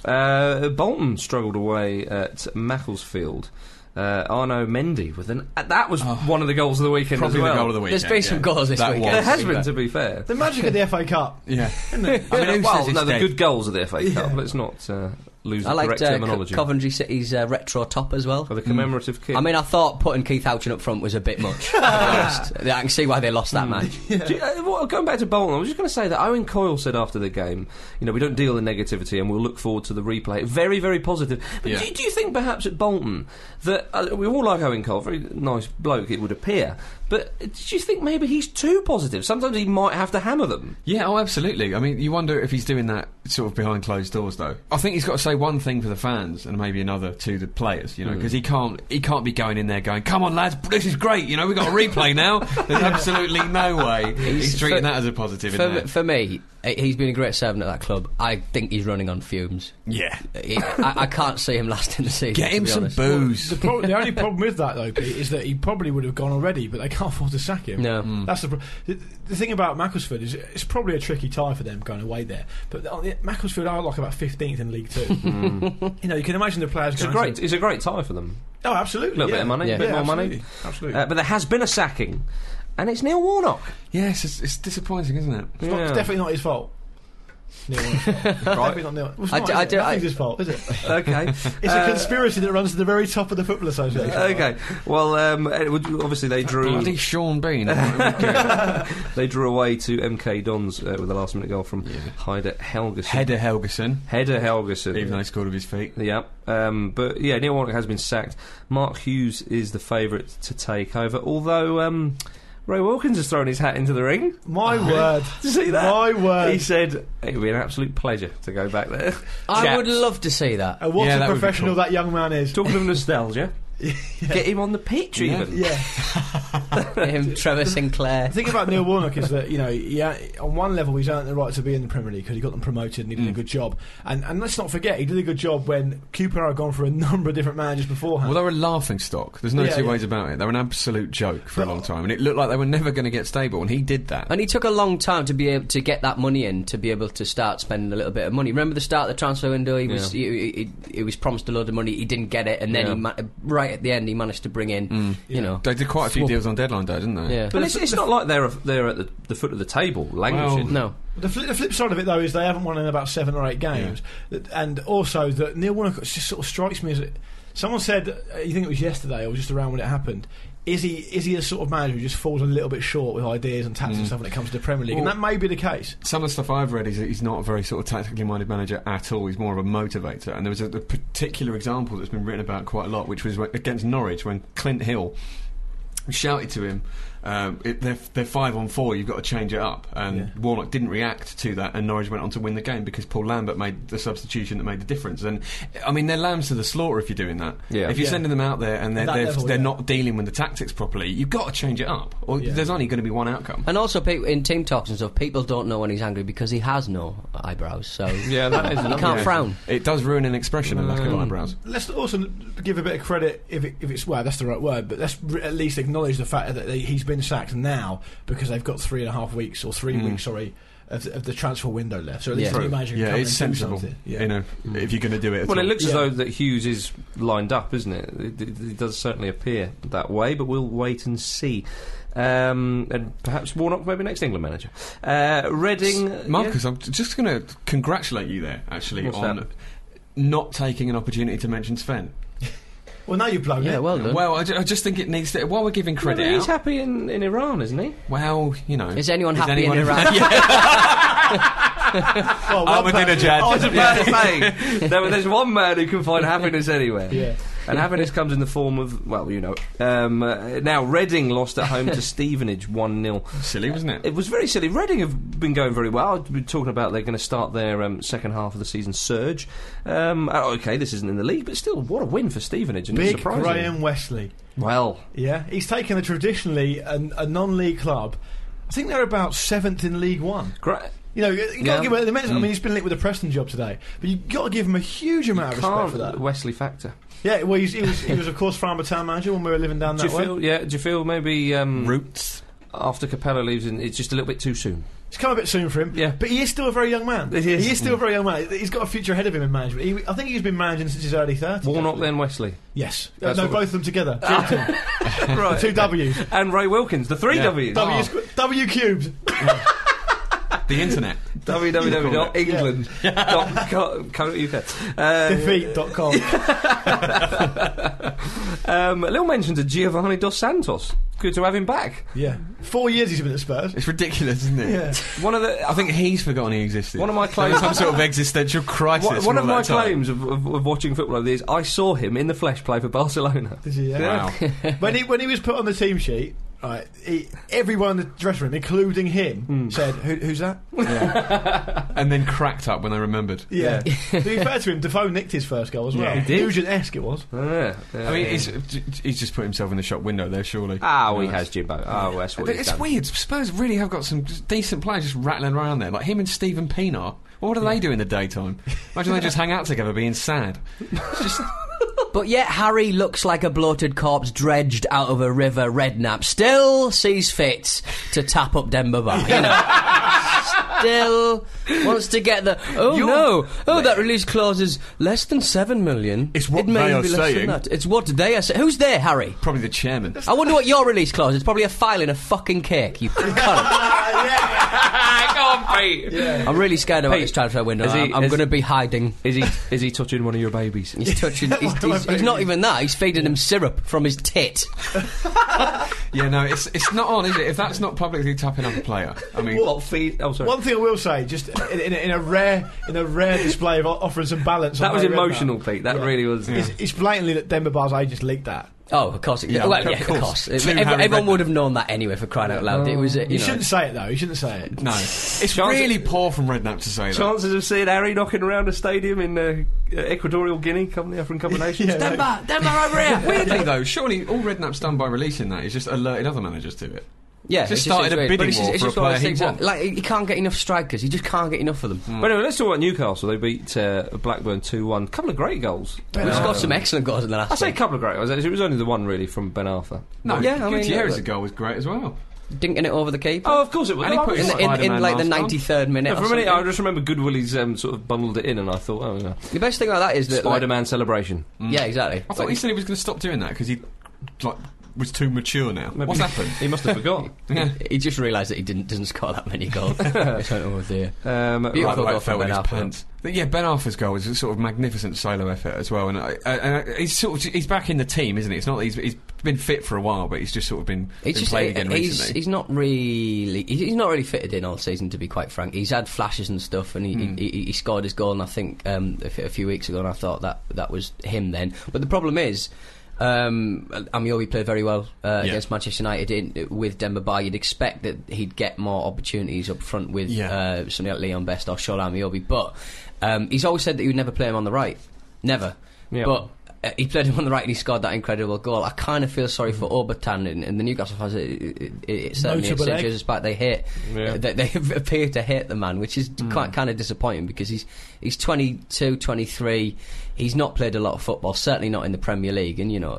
Speaker 3: Uh, Bolton struggled away at Macclesfield. Uh, Arno Mendy with an uh, that was one of the goals of the weekend
Speaker 4: Oh. Probably
Speaker 3: as well.
Speaker 4: the goal of the weekend.
Speaker 2: There's been some
Speaker 4: yeah.
Speaker 2: goals this
Speaker 4: That
Speaker 2: weekend.
Speaker 4: was.
Speaker 3: There has been, to be fair.
Speaker 1: The magic of the FA Cup.
Speaker 4: Yeah.
Speaker 3: I
Speaker 4: mean, who
Speaker 3: well,
Speaker 4: says it's
Speaker 3: no, the
Speaker 4: dead?
Speaker 3: good goals of the FA Cup. Let's not uh, lose
Speaker 2: I
Speaker 3: the
Speaker 2: liked
Speaker 3: correct
Speaker 2: uh, Co-
Speaker 3: terminology.
Speaker 2: Coventry City's uh, retro top as well.
Speaker 3: for the
Speaker 4: Mm.
Speaker 3: commemorative kick.
Speaker 2: I mean, I thought putting Keith Houchin up front was a bit much. to be honest. I can see why they lost that match.
Speaker 3: Do you- uh, well, going back to Bolton, I was just going to say that Owen Coyle said after the game, you know, we don't deal in negativity and we'll look forward to the replay. Very, very positive. But
Speaker 4: Yeah.
Speaker 3: do, do you think perhaps at Bolton that uh, we all like Owen Coyle, very nice bloke, it would appear, but do you think maybe he's too positive? Sometimes he might have to hammer them.
Speaker 4: Yeah, oh, absolutely. I mean, you wonder if he's doing that sort of behind closed doors, though. I think he's got to say one thing for the fans and maybe another to the players, you know,
Speaker 2: Hmm.
Speaker 4: because he can't he can't be going in there going, "Come on, lads, this is great," you know, we've got a replay now. There's absolutely no way he's, treating
Speaker 2: for-
Speaker 4: that as a positive.
Speaker 2: For,
Speaker 4: in
Speaker 2: me-
Speaker 4: there.
Speaker 2: for me, eh, he's been a great servant at that club. I think he's running on fumes.
Speaker 4: yeah,
Speaker 2: He- I, I can't see him lasting the season.
Speaker 4: get
Speaker 2: to
Speaker 4: him
Speaker 2: be
Speaker 4: some
Speaker 2: honest.
Speaker 4: booze.
Speaker 1: The, pro- the only problem with that, though, Pete, is that he probably would have gone already, but they can't afford to sack him.
Speaker 2: No.
Speaker 4: Mm.
Speaker 3: Mm.
Speaker 1: That's the, pro- the the thing about Macclesfield is it's probably a tricky tie for them going away there. But on the- Macclesfield are like about 15th in League Two. you know, you can imagine the players.
Speaker 3: Mm. It's a
Speaker 1: going
Speaker 3: great,
Speaker 1: to-
Speaker 3: it's a great tie for them.
Speaker 1: oh, absolutely.
Speaker 3: A little
Speaker 1: yeah.
Speaker 3: bit of money,
Speaker 2: Yeah.
Speaker 3: a bit
Speaker 1: Yeah,
Speaker 3: more
Speaker 1: absolutely.
Speaker 3: money.
Speaker 1: Absolutely.
Speaker 3: Uh, but there has been a sacking, and it's Neil Warnock.
Speaker 4: Yes, it's, it's disappointing, isn't it?
Speaker 1: it's, not, it's
Speaker 3: yeah.
Speaker 1: definitely not his fault. Neil Warnock's fault. Definitely not Neil. Well, it's
Speaker 2: I
Speaker 1: not, is
Speaker 2: do- I
Speaker 1: it?
Speaker 2: do-
Speaker 1: Nothing's
Speaker 2: I-
Speaker 1: his fault, is it?
Speaker 3: Okay.
Speaker 1: It's
Speaker 3: Uh,
Speaker 1: a conspiracy that runs to the very top of the Football Association.
Speaker 3: Okay. Well, um, it would- obviously they drew.
Speaker 2: Hmm.
Speaker 4: Bloody Sean Bean.
Speaker 3: They drew away to MK Dons uh, with a last minute goal from Heider Helgeson.
Speaker 4: Header Helgeson,
Speaker 3: Header Helgeson.
Speaker 4: even though he scored with his feet.
Speaker 3: yeah, um, but yeah, Neil Warnock has been sacked. Mark Hughes is the favourite to take over, although um, Ray Wilkins has thrown his hat into the ring.
Speaker 1: My word.
Speaker 3: Did you see that?
Speaker 1: My word.
Speaker 3: He said it would be an absolute pleasure to go back there.
Speaker 2: I would
Speaker 3: Chaps.
Speaker 2: love to see that.
Speaker 1: And what
Speaker 4: Yeah,
Speaker 1: a
Speaker 4: that would be
Speaker 1: professional
Speaker 4: cool.
Speaker 1: that young man is.
Speaker 3: Talking of nostalgia, get him on the pitch
Speaker 4: Yeah.
Speaker 3: even.
Speaker 1: Yeah.
Speaker 2: him, Trevor Sinclair.
Speaker 1: The thing about Neil Warnock is that you know, yeah, on one level he's earned the right to be in the Premier League because he got them promoted and he did a
Speaker 4: Mm.
Speaker 1: good job. And and let's not forget he did a good job when Cooper had gone for a number of different managers beforehand.
Speaker 4: Well, they were a laughing stock. There's no
Speaker 1: Yeah,
Speaker 4: two
Speaker 1: yeah.
Speaker 4: ways about it. They were an absolute joke for a long time, and it looked like they were never going to get stable. And he did that.
Speaker 2: And he took a long time to be able to get that money in to be able to start spending a little bit of money. Remember the start of the transfer window? He was he, he, he was promised a load of money. He didn't get it, and then
Speaker 3: Yeah.
Speaker 2: he ma- right at the end he managed to bring in. You know,
Speaker 4: They did quite a few
Speaker 2: Swap.
Speaker 4: deals on deadline day, didn't they?
Speaker 2: yeah,
Speaker 3: But it's, it's not like they're they're at the, the foot of the table, languishing.
Speaker 2: no,
Speaker 1: the, fli the flip side of it though is they haven't won in about seven or eight games, That- and also that Neil Warnock just sort of strikes me as someone said uh, you think it was yesterday or just around when it happened. Is he is he a sort of manager who just falls a little bit short with ideas and tactics and stuff when it comes to the Premier League?
Speaker 4: Mm. Well-
Speaker 1: and that may be the case.
Speaker 4: Some of the stuff I've read is that he's not a very sort of tactically minded manager at all. He's more of a motivator. And there was a, a particular example that's been written about quite a lot, which was when- against Norwich when Clint Hill shouted to him, um, it, they're, they're five on four, you've got to change it up. And
Speaker 1: Yeah.
Speaker 4: Warnock didn't react to that, and Norwich went on to win the game because Paul Lambert made the substitution that made the difference. And I mean, they're lambs to the slaughter if you're doing that.
Speaker 3: Yeah.
Speaker 4: If you're
Speaker 1: Yeah.
Speaker 4: sending them out there and they're,
Speaker 1: At that
Speaker 4: they're,
Speaker 1: level,
Speaker 4: they're
Speaker 1: yeah.
Speaker 4: not dealing with the tactics properly, you've got to change it up, or
Speaker 1: Yeah.
Speaker 4: there's only going to be one outcome.
Speaker 2: and also people, in team talks and stuff, people don't know when he's angry because he has no eyebrows, so
Speaker 3: Yeah, that is
Speaker 2: you
Speaker 3: another
Speaker 2: can't
Speaker 3: thing.
Speaker 2: frown.
Speaker 4: It does ruin an expression, and lack of
Speaker 3: Mm.
Speaker 4: eyebrows.
Speaker 1: let's also give a bit of credit if, it, if it's well that's the right word but let's r- at least acknowledge the fact that they, he's been sacked now because they've got three and a half weeks or three weeks sorry of, the- of the transfer window left so at least
Speaker 2: Yeah.
Speaker 1: the manager can
Speaker 4: Hmm. Yeah,
Speaker 1: come
Speaker 4: it's
Speaker 1: in and do
Speaker 4: sensible.
Speaker 1: something. yeah.
Speaker 4: You know, if you're going to do it. at
Speaker 3: Well, it
Speaker 4: all.
Speaker 3: looks as
Speaker 1: Yeah.
Speaker 3: though that Hughes is lined up, isn't it? It, it- it does certainly appear that way, but we'll wait and see. Um, and perhaps Warnock maybe next England manager. Uh, Reading, uh,
Speaker 4: Marcus, I'm t- just going to congratulate you there, actually,
Speaker 3: What's
Speaker 4: on
Speaker 3: that?
Speaker 4: not taking an opportunity to mention Sven.
Speaker 1: well now you've blown
Speaker 2: Yeah,
Speaker 1: it
Speaker 2: well done.
Speaker 4: Well, I, ju- I just think it needs to. While we're giving
Speaker 3: yeah.
Speaker 4: credit
Speaker 3: he's
Speaker 4: out,
Speaker 3: happy in, in Iran, isn't he?
Speaker 4: well, you know,
Speaker 2: Is anyone happy in
Speaker 4: anyone-
Speaker 2: Iran?
Speaker 4: Yeah.
Speaker 1: Oh, Well,
Speaker 4: I'm a
Speaker 1: one
Speaker 4: dinner,
Speaker 1: person-
Speaker 4: Jad.
Speaker 3: Oh, I was about to say, there, there's one man who can find happiness anywhere.
Speaker 1: Yeah.
Speaker 3: And happiness comes in the form of, well, you know. Um, uh, now, Reading lost at home to Stevenage 1 0.
Speaker 4: Silly, wasn't it?
Speaker 3: It was very silly. Reading have been going very well. I've been talking about they're going to start their um, second half of the season surge. Um, oh, okay, this isn't in the league, but still, what a win for Stevenage. And it's
Speaker 1: Big
Speaker 3: surprising.
Speaker 1: Graham Wesley.
Speaker 3: Well,
Speaker 1: Yeah, he's taken a traditionally an, a non-league club. I think they're about seventh in League One.
Speaker 3: gra-
Speaker 1: You know, you
Speaker 3: Yeah.
Speaker 1: got to give him the I mean,
Speaker 4: Hmm.
Speaker 1: he's been linked with a Preston job today, but you've got to give him a huge amount of respect
Speaker 3: can't
Speaker 1: for that.
Speaker 3: Wesley factor.
Speaker 1: Yeah, well, he's, he was he was of course farmer town manager when we were living down
Speaker 3: Do
Speaker 1: that
Speaker 3: you
Speaker 1: way.
Speaker 3: feel? Yeah. Do you feel maybe um,
Speaker 4: Roots.
Speaker 3: after Capella leaves, and it's just a little bit too soon?
Speaker 1: It's come a bit soon for him.
Speaker 3: Yeah.
Speaker 1: But he is still a very young man.
Speaker 3: He is. Mm.
Speaker 1: He is still a very young man. He's got a future ahead of him in management. He, I think he's been managing since his early 30s.
Speaker 3: Warnock then Wesley,
Speaker 1: Yes. Uh,
Speaker 3: That's
Speaker 1: no,
Speaker 3: what-
Speaker 1: both of them together. The
Speaker 3: right? Ah.
Speaker 1: Two W's.
Speaker 3: and Ray Wilkins, the three
Speaker 4: Yeah.
Speaker 3: W's.
Speaker 1: W, squ- w cubed.
Speaker 4: The internet.
Speaker 3: www.england.co.uk. Uh,
Speaker 1: Defeat.com.
Speaker 3: um, a little mention to Giovanni Dos Santos. Good to have him back.
Speaker 1: yeah. Four years he's been at Spurs.
Speaker 4: It's ridiculous, isn't it?
Speaker 1: Yeah.
Speaker 3: One of the
Speaker 4: I think he's forgotten he existed.
Speaker 3: One of my
Speaker 4: There was
Speaker 3: claims-
Speaker 4: some sort of existential crisis.
Speaker 3: One, one
Speaker 4: from
Speaker 3: of
Speaker 4: all
Speaker 3: my
Speaker 4: that time.
Speaker 3: claims of, of, of watching football over the years, I saw him in the flesh play for Barcelona.
Speaker 1: Did he, yeah?
Speaker 4: Wow.
Speaker 1: when he when he was put on the team sheet, right, he, everyone in the dressing room, including him,
Speaker 3: Hmm.
Speaker 1: said, Who, "Who's that?"
Speaker 4: and then cracked up when I remembered.
Speaker 1: Yeah. to be fair to him, Defoe nicked his first goal as well.
Speaker 4: Yeah,
Speaker 3: he did.
Speaker 1: esque it was.
Speaker 3: Yeah, yeah,
Speaker 4: I mean,
Speaker 3: yeah.
Speaker 4: he's, he's just put himself in the shop window there, surely.
Speaker 3: ah, well, he
Speaker 4: Yeah.
Speaker 3: has Jimbo. Oh, that's what
Speaker 4: But
Speaker 3: he's
Speaker 4: it's
Speaker 3: done.
Speaker 4: weird. Spurs really have got some just decent players just rattling around there, like him and Stephen Pienaar. Well, what do they do in the daytime? Imagine they just hang out together, being sad. It's just
Speaker 2: But yet Harry looks like a bloated corpse dredged out of a river redknapp. Still sees fit to tap up Denver Bar. You know. Still wants to get the oh
Speaker 3: You're-
Speaker 2: no oh that release clause is less than seven million.
Speaker 4: It's what
Speaker 2: it may
Speaker 4: they are
Speaker 2: be less than
Speaker 4: saying.
Speaker 2: that. It's what they are saying. Who's there, Harry?
Speaker 4: probably the chairman.
Speaker 2: I wonder what your release clause is. Probably a file in a fucking cake. You cunt.
Speaker 1: Uh,
Speaker 2: I'm really scared about
Speaker 3: Pete,
Speaker 2: this transfer window.
Speaker 3: is he-
Speaker 2: I'm, I'm
Speaker 3: is-
Speaker 2: going to be hiding.
Speaker 3: Is he is he touching one of your babies?
Speaker 2: He's touching. He's, he's, he's not even that. He's feeding him syrup from his tit.
Speaker 4: Yeah, no, it's it's not on, is it? If that's not publicly tapping up a player, I mean,
Speaker 3: What feed? Oh, sorry.
Speaker 1: One thing I will say, just in, in, a, in a rare in a rare display of o- offering some balance,
Speaker 3: that
Speaker 1: on
Speaker 3: was
Speaker 1: Harry Redknapp,
Speaker 3: emotional, Pete. That
Speaker 1: Yeah.
Speaker 3: really was.
Speaker 1: It's, it's blatantly that Denver Bar's agent leaked that.
Speaker 2: Oh, of course. It,
Speaker 4: Yeah,
Speaker 2: well,
Speaker 4: of
Speaker 2: yeah, of
Speaker 4: course.
Speaker 2: course.
Speaker 4: To
Speaker 2: Ev-
Speaker 4: Harry
Speaker 2: everyone
Speaker 4: Redknapp.
Speaker 2: would have known that anyway. For crying out loud, it was. uh,
Speaker 1: You,
Speaker 2: You, know,
Speaker 1: shouldn't say it though. You shouldn't say it.
Speaker 4: no, it's really poor from Redknapp to say that.
Speaker 3: Chances of seeing Harry knocking around a stadium in uh, Equatorial Guinea, coming from combinations.
Speaker 1: Yeah.
Speaker 2: Denver, Denver over here.
Speaker 4: Weirdly though, surely all Redknapp's done by releasing that is just alerted other managers to it.
Speaker 2: Yeah,
Speaker 4: Just
Speaker 2: it's
Speaker 4: started
Speaker 2: it's
Speaker 4: a
Speaker 2: weird.
Speaker 4: bidding
Speaker 2: But it's just-
Speaker 4: war
Speaker 2: it's
Speaker 4: for a
Speaker 2: just one of
Speaker 4: player he
Speaker 2: those things
Speaker 4: wants.
Speaker 2: that- Like he can't get enough strikers. He just can't get enough of them.
Speaker 3: But Mm. anyway, let's talk about Newcastle. They beat uh, Blackburn 2 1. couple of great goals.
Speaker 2: We've scored some excellent goals in the last.
Speaker 3: I say a
Speaker 2: one.
Speaker 3: couple of great goals. actually. It was only the one, really, from Ben Arthur.
Speaker 4: No,
Speaker 2: Yeah, I mean,
Speaker 4: Gutierrez'
Speaker 2: look-
Speaker 4: goal was great as well.
Speaker 2: dinking it over the keeper.
Speaker 3: Oh, of course it was.
Speaker 4: And he
Speaker 3: No, I
Speaker 4: put
Speaker 3: was-
Speaker 4: his-
Speaker 2: in, the- in, in
Speaker 4: Spider-Man
Speaker 2: like the
Speaker 4: last time.
Speaker 2: 93rd minute.
Speaker 3: No,
Speaker 2: or
Speaker 3: for a minute, I
Speaker 2: something.
Speaker 3: just remember Goodwilly's um, sort of bundled it in, and I thought, oh, no.
Speaker 2: the best thing about that is that like-
Speaker 3: Spider Man celebration.
Speaker 2: yeah, exactly.
Speaker 4: I thought he said he was going to stop doing that because he like was too mature now.
Speaker 3: Maybe-
Speaker 4: What's happened?
Speaker 3: He must have forgot.
Speaker 4: Yeah.
Speaker 2: He just realised that he didn't doesn't score that many goals. It's like, oh dear.
Speaker 3: Um, right,
Speaker 2: Beautiful
Speaker 4: Right,
Speaker 2: goal
Speaker 4: right, fell
Speaker 2: from
Speaker 4: in
Speaker 2: Ben
Speaker 4: his
Speaker 2: Arfa.
Speaker 4: pants. But yeah, Ben Arthur's goal was a sort of magnificent solo effort as well, and, I, I, and I, he's sort of he's back in the team, isn't he? It's not that he's, he's been fit for a while, but he's just sort of been, been
Speaker 2: He's just
Speaker 4: played
Speaker 2: he-
Speaker 4: again
Speaker 2: he's,
Speaker 4: recently.
Speaker 2: he's not really he's he's not really fitted in all season to be quite frank. He's had flashes and stuff, and he he, he, he scored his goal, and I think um, a, f- a few weeks ago, and I thought that that was him then. But the problem is. Um, Amiobi played very well uh,
Speaker 4: Yeah.
Speaker 2: against Manchester United in, with Denver Bar. You'd expect that he'd get more opportunities up front with
Speaker 4: Yeah.
Speaker 2: uh, somebody like Leon Best or Shola Amiobi, but um, he's always said that he would never play him on the right, never.
Speaker 3: Yeah.
Speaker 2: But uh, he played him on the right and he scored that incredible goal. I kind of feel sorry for Obertan and, and the Newcastle fans. It, it, it, it certainly at
Speaker 1: Mm. Notable
Speaker 2: St
Speaker 1: egg.
Speaker 2: Joseph's Park they hate.
Speaker 3: Yeah.
Speaker 2: uh, they, they appear to hate the man, which is
Speaker 1: Mm.
Speaker 2: quite kind of disappointing because he's he's 22, 23. He's not played a lot of football, certainly not in the Premier League. And you know,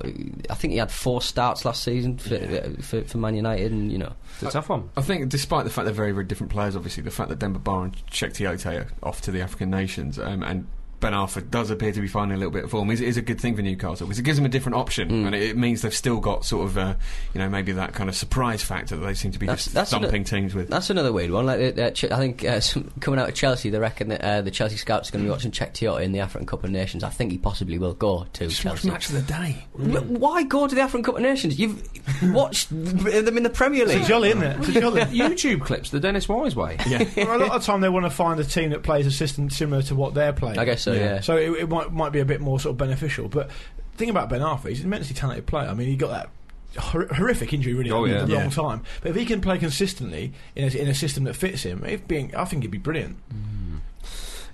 Speaker 2: I think he had four starts last season for uh, for, for Man United, and you know,
Speaker 3: It's a tough one.
Speaker 4: I think, despite the fact they're very, very different players, obviously, the fact that Denver Bar and Chektiyote are off to the African nations um, and Ben Arfa does appear to be finding a little bit of form is, is a good thing for Newcastle because it gives them a different option
Speaker 2: Mm.
Speaker 4: and it, it means they've still got sort of uh, you know maybe that kind of surprise factor that they seem to be
Speaker 2: That's-
Speaker 4: just
Speaker 2: that's an-
Speaker 4: thumping teams with.
Speaker 2: That's another weird one. Like uh, uh, Ch- I think uh, some, coming out of Chelsea, they reckon that uh, the Chelsea scouts are going to be watching Czech Tiotta in the African Cup of Nations. I think he possibly will go to
Speaker 4: Just watch
Speaker 2: Chelsea.
Speaker 4: match of the day. Mm.
Speaker 2: But why go to the African Cup of Nations? You've watched them in the Premier
Speaker 1: It's a
Speaker 2: League.
Speaker 1: jolly, isn't it? It's a jolly.
Speaker 3: YouTube clips, the Dennis Wise way.
Speaker 4: Yeah.
Speaker 1: Well, a lot of time they want to find a team that plays a system similar to what they're playing.
Speaker 2: I guess so.
Speaker 4: Yeah.
Speaker 2: Yeah.
Speaker 1: So it, it might might be a bit more sort of beneficial. But the thing about Ben Arfa, he's an immensely talented player. I mean, he got that hor- horrific injury really
Speaker 3: Oh,
Speaker 1: for
Speaker 3: yeah.
Speaker 1: a long
Speaker 4: Yeah.
Speaker 1: time. But if he can play consistently in a, in a system that fits him, it being I think he'd be brilliant.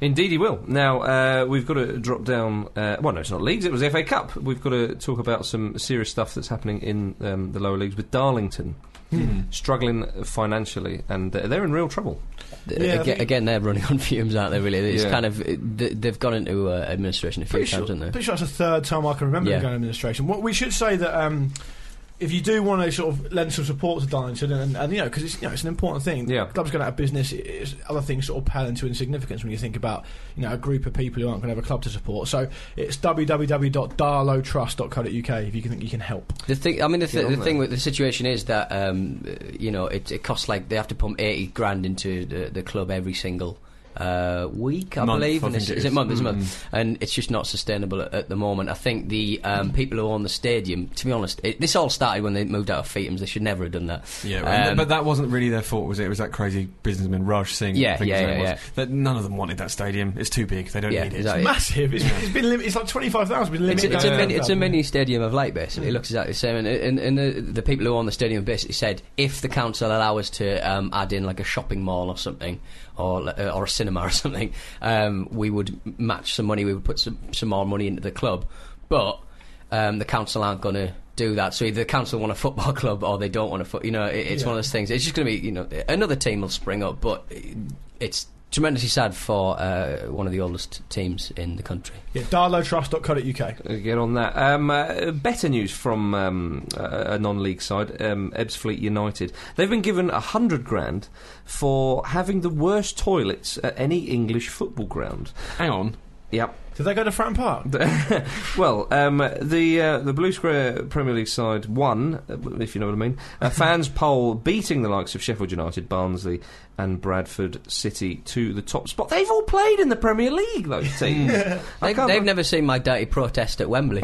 Speaker 3: Indeed, he will. Now, uh, we've got to drop down. Uh, well, no, it's not leagues, it was FA Cup. We've got to talk about some serious stuff that's happening in um, the lower leagues with Darlington
Speaker 2: Hmm.
Speaker 3: struggling financially, and uh, they're in real trouble.
Speaker 2: Th-
Speaker 1: Yeah, I
Speaker 2: aga-
Speaker 1: think-
Speaker 2: again, they're running on fumes, aren't they? Really, it's
Speaker 3: Yeah.
Speaker 2: kind of uh, th- they've gone into uh, administration a few
Speaker 1: Pretty
Speaker 2: times,
Speaker 1: sure,
Speaker 2: haven't they?
Speaker 1: pretty sure that's the third time I can remember
Speaker 2: Yeah.
Speaker 1: them going to administration. What we should say that um, if you do want to sort of lend some support to Darlington, and, and, you know, because it's you know it's an important thing.
Speaker 3: Yeah.
Speaker 1: club's going out of business. it- It's, other things sort of pale into insignificance when you think about you know a group of people who aren't going to have a club to support. So it's www.darlowtrust.co.uk if you can think you can help.
Speaker 2: The thing, I mean, the,
Speaker 3: Get
Speaker 2: th-
Speaker 3: on
Speaker 2: the
Speaker 3: there.
Speaker 2: thing with the situation is that um, uh, you know it, it costs like they have to pump eighty grand into the, the club every single uh, week, I
Speaker 4: Month,
Speaker 2: believe.
Speaker 4: I
Speaker 2: and
Speaker 4: think
Speaker 2: it's,
Speaker 4: it
Speaker 2: is it
Speaker 4: is. Mm-hmm.
Speaker 2: month? It's month, and it's just not sustainable at, at the moment. I think the um, people who own the stadium, to be honest, it, this all started when they moved out of Feetums. They should never have done that.
Speaker 4: Yeah, well,
Speaker 2: Um,
Speaker 4: but that wasn't really their fault, was it? It was that crazy businessman Raj Singh.
Speaker 2: Yeah,
Speaker 4: I think
Speaker 2: yeah,
Speaker 4: is who it
Speaker 2: yeah,
Speaker 4: was.
Speaker 2: yeah.
Speaker 4: That none of them wanted that stadium. It's too big. They don't
Speaker 2: Yeah,
Speaker 4: need it.
Speaker 2: exactly.
Speaker 1: Massive. It's, it's been lim- it's like twenty five thousand. Been
Speaker 2: It's,
Speaker 1: limited.
Speaker 2: it's, a
Speaker 1: down to
Speaker 2: mini, it's a
Speaker 1: 12,000.
Speaker 2: mini stadium of light, basically. It looks exactly the same. And, and, and the, the people who own the stadium basically said if the council allow us to um, add in like a shopping mall or something, or li- uh, or a cinema or something, um, we would m- match some money. We would put some, some more money into the club. But um, the council aren't going to do that. So either the council want a football club or they don't want a foot. You know, it, it's
Speaker 1: Yeah.
Speaker 2: one of those things. It's just going to be, you know, another team will spring up, but it's tremendously sad for uh, one of the oldest teams in the country.
Speaker 1: Yeah, darlowtrust.co.uk.
Speaker 3: Uh, Get on that. Um, uh, better news from um, a a non-league side, um, Ebbsfleet United. They've been given a hundred grand for having the worst toilets at any English football ground.
Speaker 4: Hang on.
Speaker 3: Yep.
Speaker 1: Did they go to Fran Park?
Speaker 3: well, um, the uh, the Blue Square Premier League side won, uh, if you know what I mean. A fans poll beating the likes of Sheffield United, Barnsley, and Bradford City to the top spot. They've all played in the Premier League, those teams. I
Speaker 2: They've,
Speaker 3: can't
Speaker 2: they've
Speaker 3: be-
Speaker 2: never seen my dirty protest at Wembley.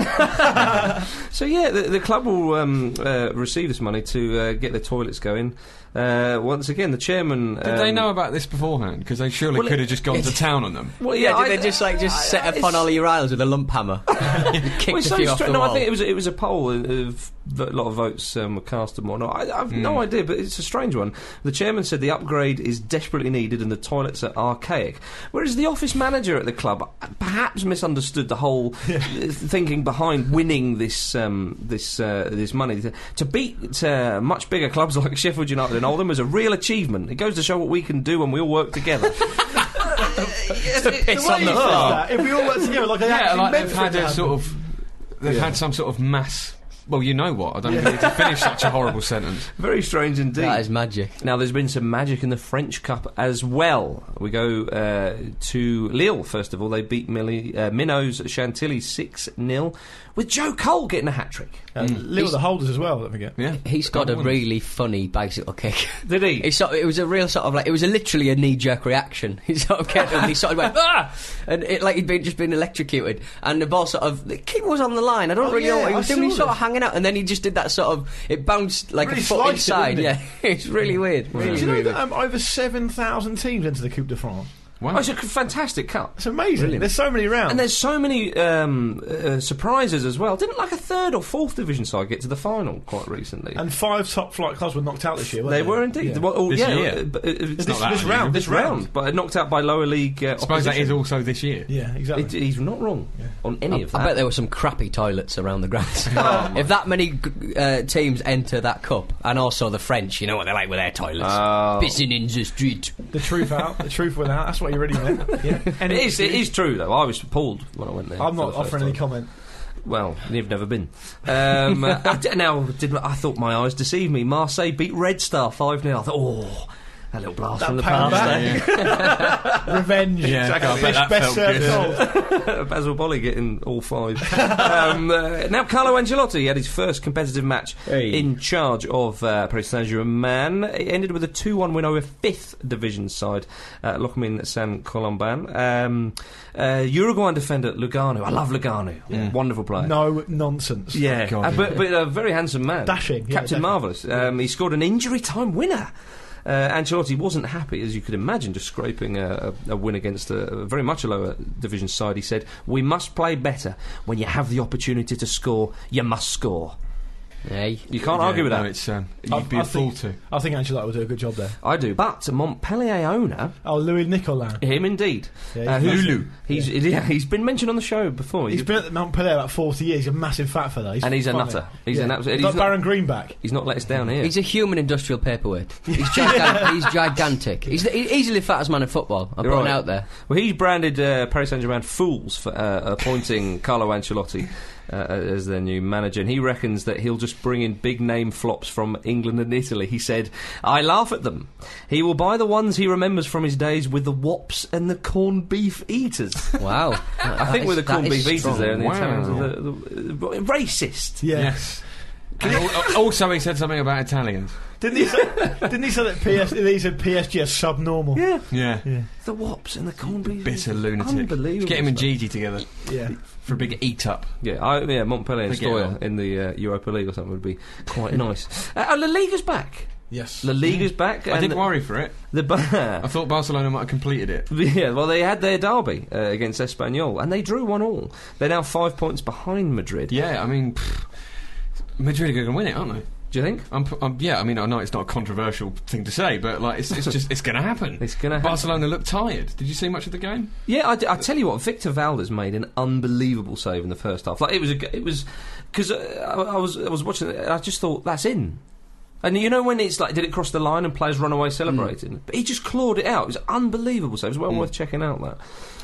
Speaker 3: So yeah, the, the club will um, uh, receive this money to uh, get their toilets going. Uh, once again, the chairman. um,
Speaker 4: Did
Speaker 2: Um,
Speaker 4: they know about this beforehand? Because they surely
Speaker 3: well,
Speaker 4: could have just gone to town on them.
Speaker 3: Well,
Speaker 2: yeah,
Speaker 3: yeah,
Speaker 2: did
Speaker 3: I-
Speaker 2: they just like just
Speaker 3: I- I-
Speaker 2: set upon
Speaker 3: it's-
Speaker 2: Ollie Riles with a lump hammer?
Speaker 3: Well,
Speaker 2: Kicked
Speaker 3: it's
Speaker 2: a
Speaker 3: so
Speaker 2: few off
Speaker 3: stra-
Speaker 2: the
Speaker 3: no,
Speaker 2: wall.
Speaker 3: I think it was a- it was a poll of a lot of votes um, were cast and whatnot. I, I've
Speaker 2: Hmm.
Speaker 3: no idea, but it's a strange one. The chairman said the upgrade is desperately needed and the toilets are archaic, whereas the office manager at the club uh, perhaps misunderstood the whole uh, thinking behind winning this um, this uh, this money. To- To beat uh, much bigger clubs like Sheffield United and Oldham is a real achievement. It goes to show what we can do when we all work together.
Speaker 2: Piss on the
Speaker 1: Says
Speaker 2: floor.
Speaker 1: that, If we all worked together, like they
Speaker 4: Yeah,
Speaker 1: actually
Speaker 4: like
Speaker 1: meant
Speaker 4: they've
Speaker 1: for it
Speaker 4: had
Speaker 1: to
Speaker 4: a
Speaker 1: happen.
Speaker 4: sort of. They've had some sort of mass. Well, you know what? I don't even need to finish such a horrible sentence.
Speaker 3: Very strange indeed.
Speaker 2: That is magic.
Speaker 3: Now, there's been some magic in the French Cup as well. We go uh, to Lille, first of all. They beat Millie, uh, Minnows Chantilly 6 0, with Joe Cole getting a hat trick.
Speaker 1: Uh, Lille are the holders as well. Don't forget.
Speaker 4: Yeah,
Speaker 2: He's got
Speaker 4: That
Speaker 2: a
Speaker 4: one.
Speaker 2: really funny bicycle kick.
Speaker 3: Did he?
Speaker 2: He sort of, it was a real sort of like it was a literally a knee jerk reaction. He sort of kept and he sort of went ah, and it like he'd been just been electrocuted. And the ball sort of the kick was on the line. I don't
Speaker 1: Oh,
Speaker 2: really know
Speaker 1: yeah,
Speaker 2: what he
Speaker 1: I
Speaker 2: was doing. He was
Speaker 1: saw
Speaker 2: sort of hanging out, and then he just did that sort of it bounced like
Speaker 1: Really
Speaker 2: a foot
Speaker 1: sliced it,
Speaker 2: inside.
Speaker 1: didn't
Speaker 2: yeah, it's really weird. Really,
Speaker 1: Do you know
Speaker 2: really
Speaker 1: that um, over 7,000 teams enter the Coupe de France?
Speaker 3: Oh,
Speaker 4: Wow.
Speaker 3: it's a c- fantastic cup.
Speaker 1: It's amazing. There's so many rounds.
Speaker 3: And there's so many um, uh, surprises as well. Didn't like a third or fourth division side get to the final quite recently?
Speaker 1: And five top flight clubs were knocked out this year. Weren't
Speaker 3: they were indeed.
Speaker 1: Yeah.
Speaker 3: Well, oh,
Speaker 4: This
Speaker 3: yeah,
Speaker 4: year.
Speaker 3: uh, but, uh,
Speaker 1: This,
Speaker 4: not that
Speaker 1: this
Speaker 4: unusual.
Speaker 1: round,
Speaker 3: this round, but knocked out by lower league. Uh,
Speaker 4: I suppose that
Speaker 3: opposition.
Speaker 4: is also this year.
Speaker 1: Yeah, exactly.
Speaker 3: It- he's not wrong on any
Speaker 2: I,
Speaker 3: of that.
Speaker 2: I bet there were some crappy toilets around the grounds. if that many g- uh, teams enter that cup, and also the French, you know what they're like with their toilets.
Speaker 3: Oh.
Speaker 2: Pissing in the street.
Speaker 1: The truth out, the truth without. That's what you really meant. Yeah. And
Speaker 3: It is, it is true, though. I was appalled when I went there.
Speaker 1: I'm
Speaker 3: for
Speaker 1: not
Speaker 3: the first
Speaker 1: offering any
Speaker 3: time.
Speaker 1: comment.
Speaker 3: Well, you've never been. Um, uh, I d- now, did, I thought my eyes deceived me. Marseille beat Red Star 5 0. I thought, oh, a little blast
Speaker 1: That
Speaker 3: from the
Speaker 1: pound
Speaker 3: past.
Speaker 1: back. Revenge.
Speaker 4: Yeah, God, I bet
Speaker 1: It's
Speaker 4: that
Speaker 1: best
Speaker 4: felt
Speaker 1: served
Speaker 4: good.
Speaker 1: cold.
Speaker 3: Basil Bolly getting all five. um, uh, now, Carlo Ancelotti had his first competitive match
Speaker 2: Hey.
Speaker 3: in charge of uh, Paris Saint Germain. It ended with a 2 1 win over fifth division side, uh, Lochmin San Colomban. Um, uh, Uruguayan defender Lugano. I love Lugano. Wonderful player.
Speaker 1: No nonsense.
Speaker 3: Yeah,
Speaker 4: God,
Speaker 3: uh, but, but a very handsome man.
Speaker 1: Dashing, yeah, definitely.
Speaker 3: Captain Marvellous. Um, he scored an injury time winner. Uh, Ancelotti wasn't happy, as you could imagine, just scraping a, a a win against a, a very much a lower division side. He said, "We must play better. When you have the opportunity to score, you must score.
Speaker 2: Hey.
Speaker 3: You can't
Speaker 4: Yeah,
Speaker 3: argue with
Speaker 4: no,
Speaker 3: that."
Speaker 4: It's, um, you'd
Speaker 1: I-
Speaker 4: be
Speaker 1: I
Speaker 4: a fool
Speaker 1: think-
Speaker 4: to.
Speaker 1: I think Ancelotti will do a good job there.
Speaker 3: I do, but a Montpellier owner,
Speaker 1: Oh, Louis Nicolin.
Speaker 3: him indeed, Uh,
Speaker 1: Yeah, he's
Speaker 3: who's-
Speaker 4: Lulu.
Speaker 3: He's yeah, he's been mentioned on the show before.
Speaker 1: He's been at the Mount Pelé about 40 years. He's a massive fat fella.
Speaker 3: And he's a
Speaker 1: funny.
Speaker 3: nutter. He's an absolute-
Speaker 1: Like
Speaker 3: he's not-
Speaker 1: Baron Greenback.
Speaker 3: he's not let us down here.
Speaker 2: He's a human industrial paperweight. He's, gigan- he's gigantic. He's the e- easily fattest man in football. I'm putting
Speaker 3: Right.
Speaker 2: it out there.
Speaker 3: Well, he's branded uh, Paris Saint-Germain fools for uh, appointing Carlo Ancelotti uh, as their new manager, and he reckons that he'll just bring in big name flops from England and Italy. He said, "I laugh at them. He will buy the ones he remembers from his days with the wops and the corned beef eaters."
Speaker 2: Wow.
Speaker 3: I think we're the corned beef eaters there, and the
Speaker 4: Wow.
Speaker 3: Italians are the, the, the racist.
Speaker 1: Yeah.
Speaker 4: Yes. And al- also, he said something about Italians.
Speaker 1: Didn't he say, didn't he say that PS, he said PSG are subnormal?
Speaker 3: Yeah,
Speaker 4: Yeah.
Speaker 3: the wops and the corned beef.
Speaker 4: Bitter
Speaker 3: eaters.
Speaker 4: lunatic.
Speaker 3: Unbelievable.
Speaker 4: Get him and Gigi together
Speaker 1: Yeah.
Speaker 4: for a big eat up.
Speaker 3: Yeah, I, yeah, Montpellier and
Speaker 4: They get
Speaker 3: Stoya
Speaker 4: on.
Speaker 3: in the uh, Europa League or something would be quite nice. Uh, oh, La Liga's back.
Speaker 1: Yes.
Speaker 3: La Liga's back.
Speaker 4: I
Speaker 3: and
Speaker 4: did worry for it.
Speaker 3: The
Speaker 4: I
Speaker 3: bar.
Speaker 4: thought Barcelona might have completed it.
Speaker 3: Yeah, well, they had their derby uh, against Espanyol, and they drew one all. They're now five points behind Madrid.
Speaker 4: Yeah, I mean, pfft, Madrid are going to win it, aren't they?
Speaker 3: Do you think?
Speaker 4: I'm, I'm, yeah, I mean, I know it's not a controversial thing to say, but like, it's, it's just it's going to happen.
Speaker 3: It's gonna happen.
Speaker 4: Barcelona looked tired. Did you see much of the game?
Speaker 3: Yeah, I, d- I tell you what, Victor Valdes made an unbelievable save in the first half. Like it was, a, g- it was because uh, I, I was I was watching it, and I just thought that's in. And you know when it's like, did it cross the line and players run away
Speaker 4: Hmm.
Speaker 3: celebrating? But he just clawed it out. It was unbelievable. So it was well worth checking out. That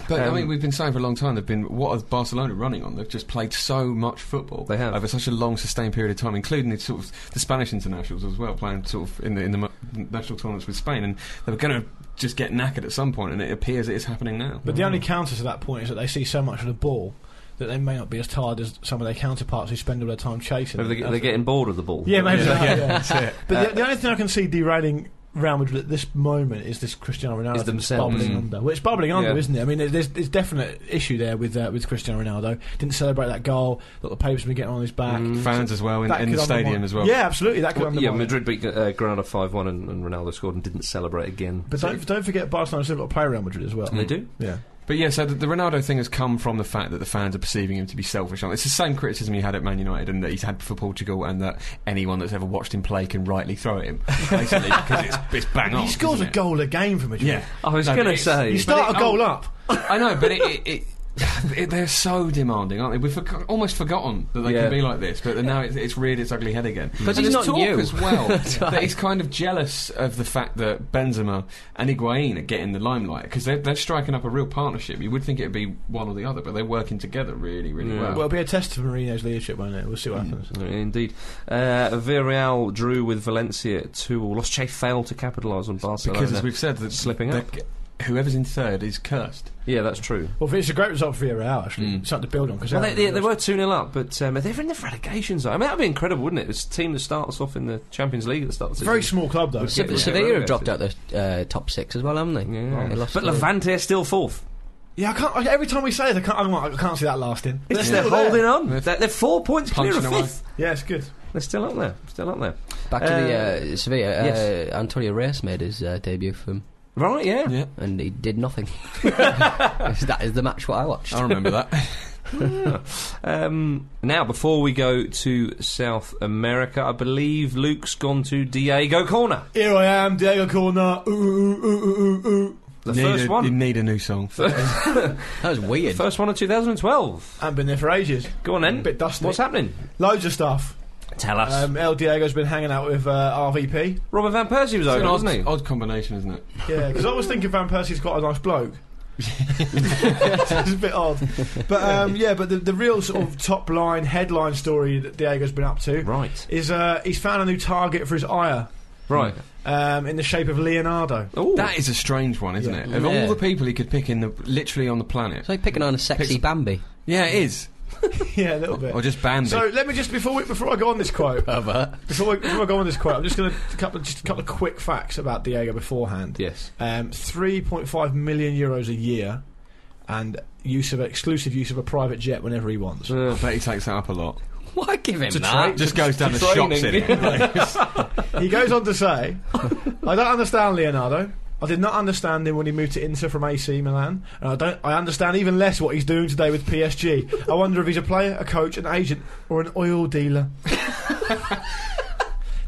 Speaker 4: But I
Speaker 3: Um,
Speaker 4: mean, we've been saying for a long time they've been what are Barcelona running on? They've just played so much football.
Speaker 3: They have.
Speaker 4: over such a long, sustained period of time, including the sort of the Spanish internationals as well, playing sort of in the in the mu- national tournaments with Spain, and they were going to just get knackered at some point, and it appears it is happening now.
Speaker 1: But the only counter to that point is that they see so much of the ball that they may not be as tired as some of their counterparts who spend all their time chasing.
Speaker 3: maybe
Speaker 1: it.
Speaker 3: they, Uh, they're getting bored of the ball.
Speaker 1: yeah, maybe.
Speaker 4: Yeah,
Speaker 1: Yeah,
Speaker 4: yeah,
Speaker 1: yeah. But the, the only thing I can see derailing Real Madrid at this moment is this Cristiano Ronaldo
Speaker 3: Is
Speaker 1: thing
Speaker 3: themselves.
Speaker 1: bubbling
Speaker 4: Mm.
Speaker 1: under. Well, it's bubbling under,
Speaker 3: Yeah.
Speaker 1: isn't it? I mean, there's there's definite issue there with uh, with Cristiano Ronaldo. Didn't celebrate that goal. That the papers been getting on his back.
Speaker 4: fans as well in,
Speaker 1: That
Speaker 4: in
Speaker 1: could
Speaker 4: the stadium
Speaker 1: undermine-
Speaker 4: as well.
Speaker 1: Yeah, absolutely. That could
Speaker 3: Mm. Well, yeah,
Speaker 1: undermine it.
Speaker 3: Madrid beat uh, Granada five one, and, and Ronaldo scored and didn't celebrate again.
Speaker 1: But don't, don't forget, Barcelona still got to play Real Madrid as well.
Speaker 3: They do.
Speaker 1: Yeah.
Speaker 4: But yeah, so the, the Ronaldo thing has come from the fact that the fans are perceiving him to be selfish. It's the same criticism he had at Man United and that he's had for Portugal, and that anyone that's ever watched him play can rightly throw at him, basically, because it's, it's bang on.
Speaker 1: He scores a
Speaker 4: isn't it?
Speaker 1: goal a game for Madrid.
Speaker 4: Yeah.
Speaker 3: I was
Speaker 4: No, but
Speaker 3: going to
Speaker 4: it's-
Speaker 3: say.
Speaker 1: You start
Speaker 4: But
Speaker 1: a
Speaker 4: it-
Speaker 1: goal
Speaker 4: oh.
Speaker 1: up.
Speaker 4: I know, but it, it, it, it- they're so demanding, aren't they? We've forgo- almost forgotten that they
Speaker 3: Yeah.
Speaker 4: can be like this, but now it's, it's reared its ugly head again.
Speaker 2: 'Cause
Speaker 4: And
Speaker 2: he's
Speaker 4: there's
Speaker 2: not
Speaker 4: talk
Speaker 2: new.
Speaker 4: as well. that
Speaker 2: right.
Speaker 4: he's kind of jealous of the fact that Benzema and Higuain are getting the limelight because they're, they're striking up a real partnership. You would think it would be one or the other, but they're working together really, really
Speaker 3: Yeah.
Speaker 4: well.
Speaker 1: Well, it'll be a test of Mourinho's leadership, won't it? We'll
Speaker 3: Mm.
Speaker 1: see what happens.
Speaker 3: Indeed. Uh, Villarreal drew with Valencia 2 all. Los Che failed to capitalise on Barcelona.
Speaker 4: because as we've said, that
Speaker 3: slipping
Speaker 4: that Whoever's in third is cursed.
Speaker 3: yeah, that's true.
Speaker 1: Well, it's a great result for Villarreal, actually. It's Something to build on. Cause
Speaker 3: Mm. Well,
Speaker 1: they're-
Speaker 3: they, they, they were 2 0 up, but um, they're in the relegation zone. I mean, that'd be incredible, wouldn't it? It's a team that starts off in the Champions League at the start of the
Speaker 1: it's a
Speaker 3: season.
Speaker 1: very small club, though.
Speaker 3: Yeah,
Speaker 2: Se-
Speaker 3: we'll get
Speaker 2: Sevilla
Speaker 3: rid of
Speaker 2: have
Speaker 3: it.
Speaker 2: dropped out the uh, top six as well, haven't they?
Speaker 3: Yeah.
Speaker 2: They lost
Speaker 3: But
Speaker 2: to-
Speaker 3: Levante are still fourth.
Speaker 1: Yeah, I can't. I, every time we say it, I can't, I'm like, I can't see that lasting.
Speaker 3: It's-
Speaker 1: They're
Speaker 3: they're
Speaker 1: still there.
Speaker 3: holding on.
Speaker 4: They're
Speaker 3: They're, they're four points clear of
Speaker 4: punching away.
Speaker 3: fifth.
Speaker 1: Yeah, it's good.
Speaker 3: They're still up there. Still up there.
Speaker 2: Back to the uh, Sevilla. Uh,
Speaker 3: yes.
Speaker 2: Antonio Reyes made his uh, debut for him,
Speaker 3: Right, yeah.
Speaker 4: Yeah,
Speaker 2: and he did nothing. that is the match what I watched.
Speaker 4: I remember that.
Speaker 3: Um, now, before we go to South America, I believe Luke's gone to Diego Corner.
Speaker 1: Here I am, Diego Corner. Ooh, ooh, ooh, ooh, ooh, ooh.
Speaker 3: The
Speaker 4: Need
Speaker 3: first
Speaker 4: a-
Speaker 3: one.
Speaker 4: You need a new song.
Speaker 2: That was weird.
Speaker 3: First one of 2012.
Speaker 1: I haven't been there for ages.
Speaker 3: Go on then.
Speaker 1: Bit dusty.
Speaker 3: What's happening?
Speaker 1: Loads of stuff.
Speaker 3: Tell us.
Speaker 1: Um, El Diego's been hanging out with uh, RVP.
Speaker 3: Robert Van Persie was
Speaker 4: It's
Speaker 3: over,
Speaker 4: an odd,
Speaker 3: wasn't he?
Speaker 4: odd combination, isn't it?
Speaker 1: Yeah, because I was thinking Van Persie's quite a nice bloke. it's a bit odd, but um, yeah. But the, the real sort of top line headline story that Diego's been up to
Speaker 3: Right.
Speaker 1: is uh, he's found a new target for his ire.
Speaker 3: Right.
Speaker 1: um, in the shape of Leonardo.
Speaker 3: Ooh.
Speaker 4: That is a strange one, isn't
Speaker 1: Yeah.
Speaker 4: it? Of
Speaker 2: Yeah.
Speaker 4: all the people he could pick in the literally on the planet.
Speaker 2: It's like picking on a sexy
Speaker 4: Picks-
Speaker 2: Bambi.
Speaker 4: Yeah, it is.
Speaker 1: yeah, a little bit.
Speaker 3: Oh,
Speaker 4: Or just Bambi.
Speaker 1: So let me just before we, before I go on this quote, before, we, before I go on this quote, I'm just going to a couple just a couple of quick facts about Diego beforehand.
Speaker 3: yes.
Speaker 1: Um, 3.5 million euros a year, and use of exclusive use of a private jet whenever he wants.
Speaker 4: I
Speaker 3: Uh,
Speaker 4: bet he takes that up a lot.
Speaker 2: Why give him
Speaker 4: To
Speaker 2: that?
Speaker 4: tra- just goes down the
Speaker 3: training.
Speaker 4: shops in it.
Speaker 1: he goes on to say, "I don't understand Leonardo." I did not understand him when he moved to Inter from AC Milan, and I don't. I understand even less what he's doing today with PSG. I wonder if he's a player, a coach, an agent, or an oil dealer.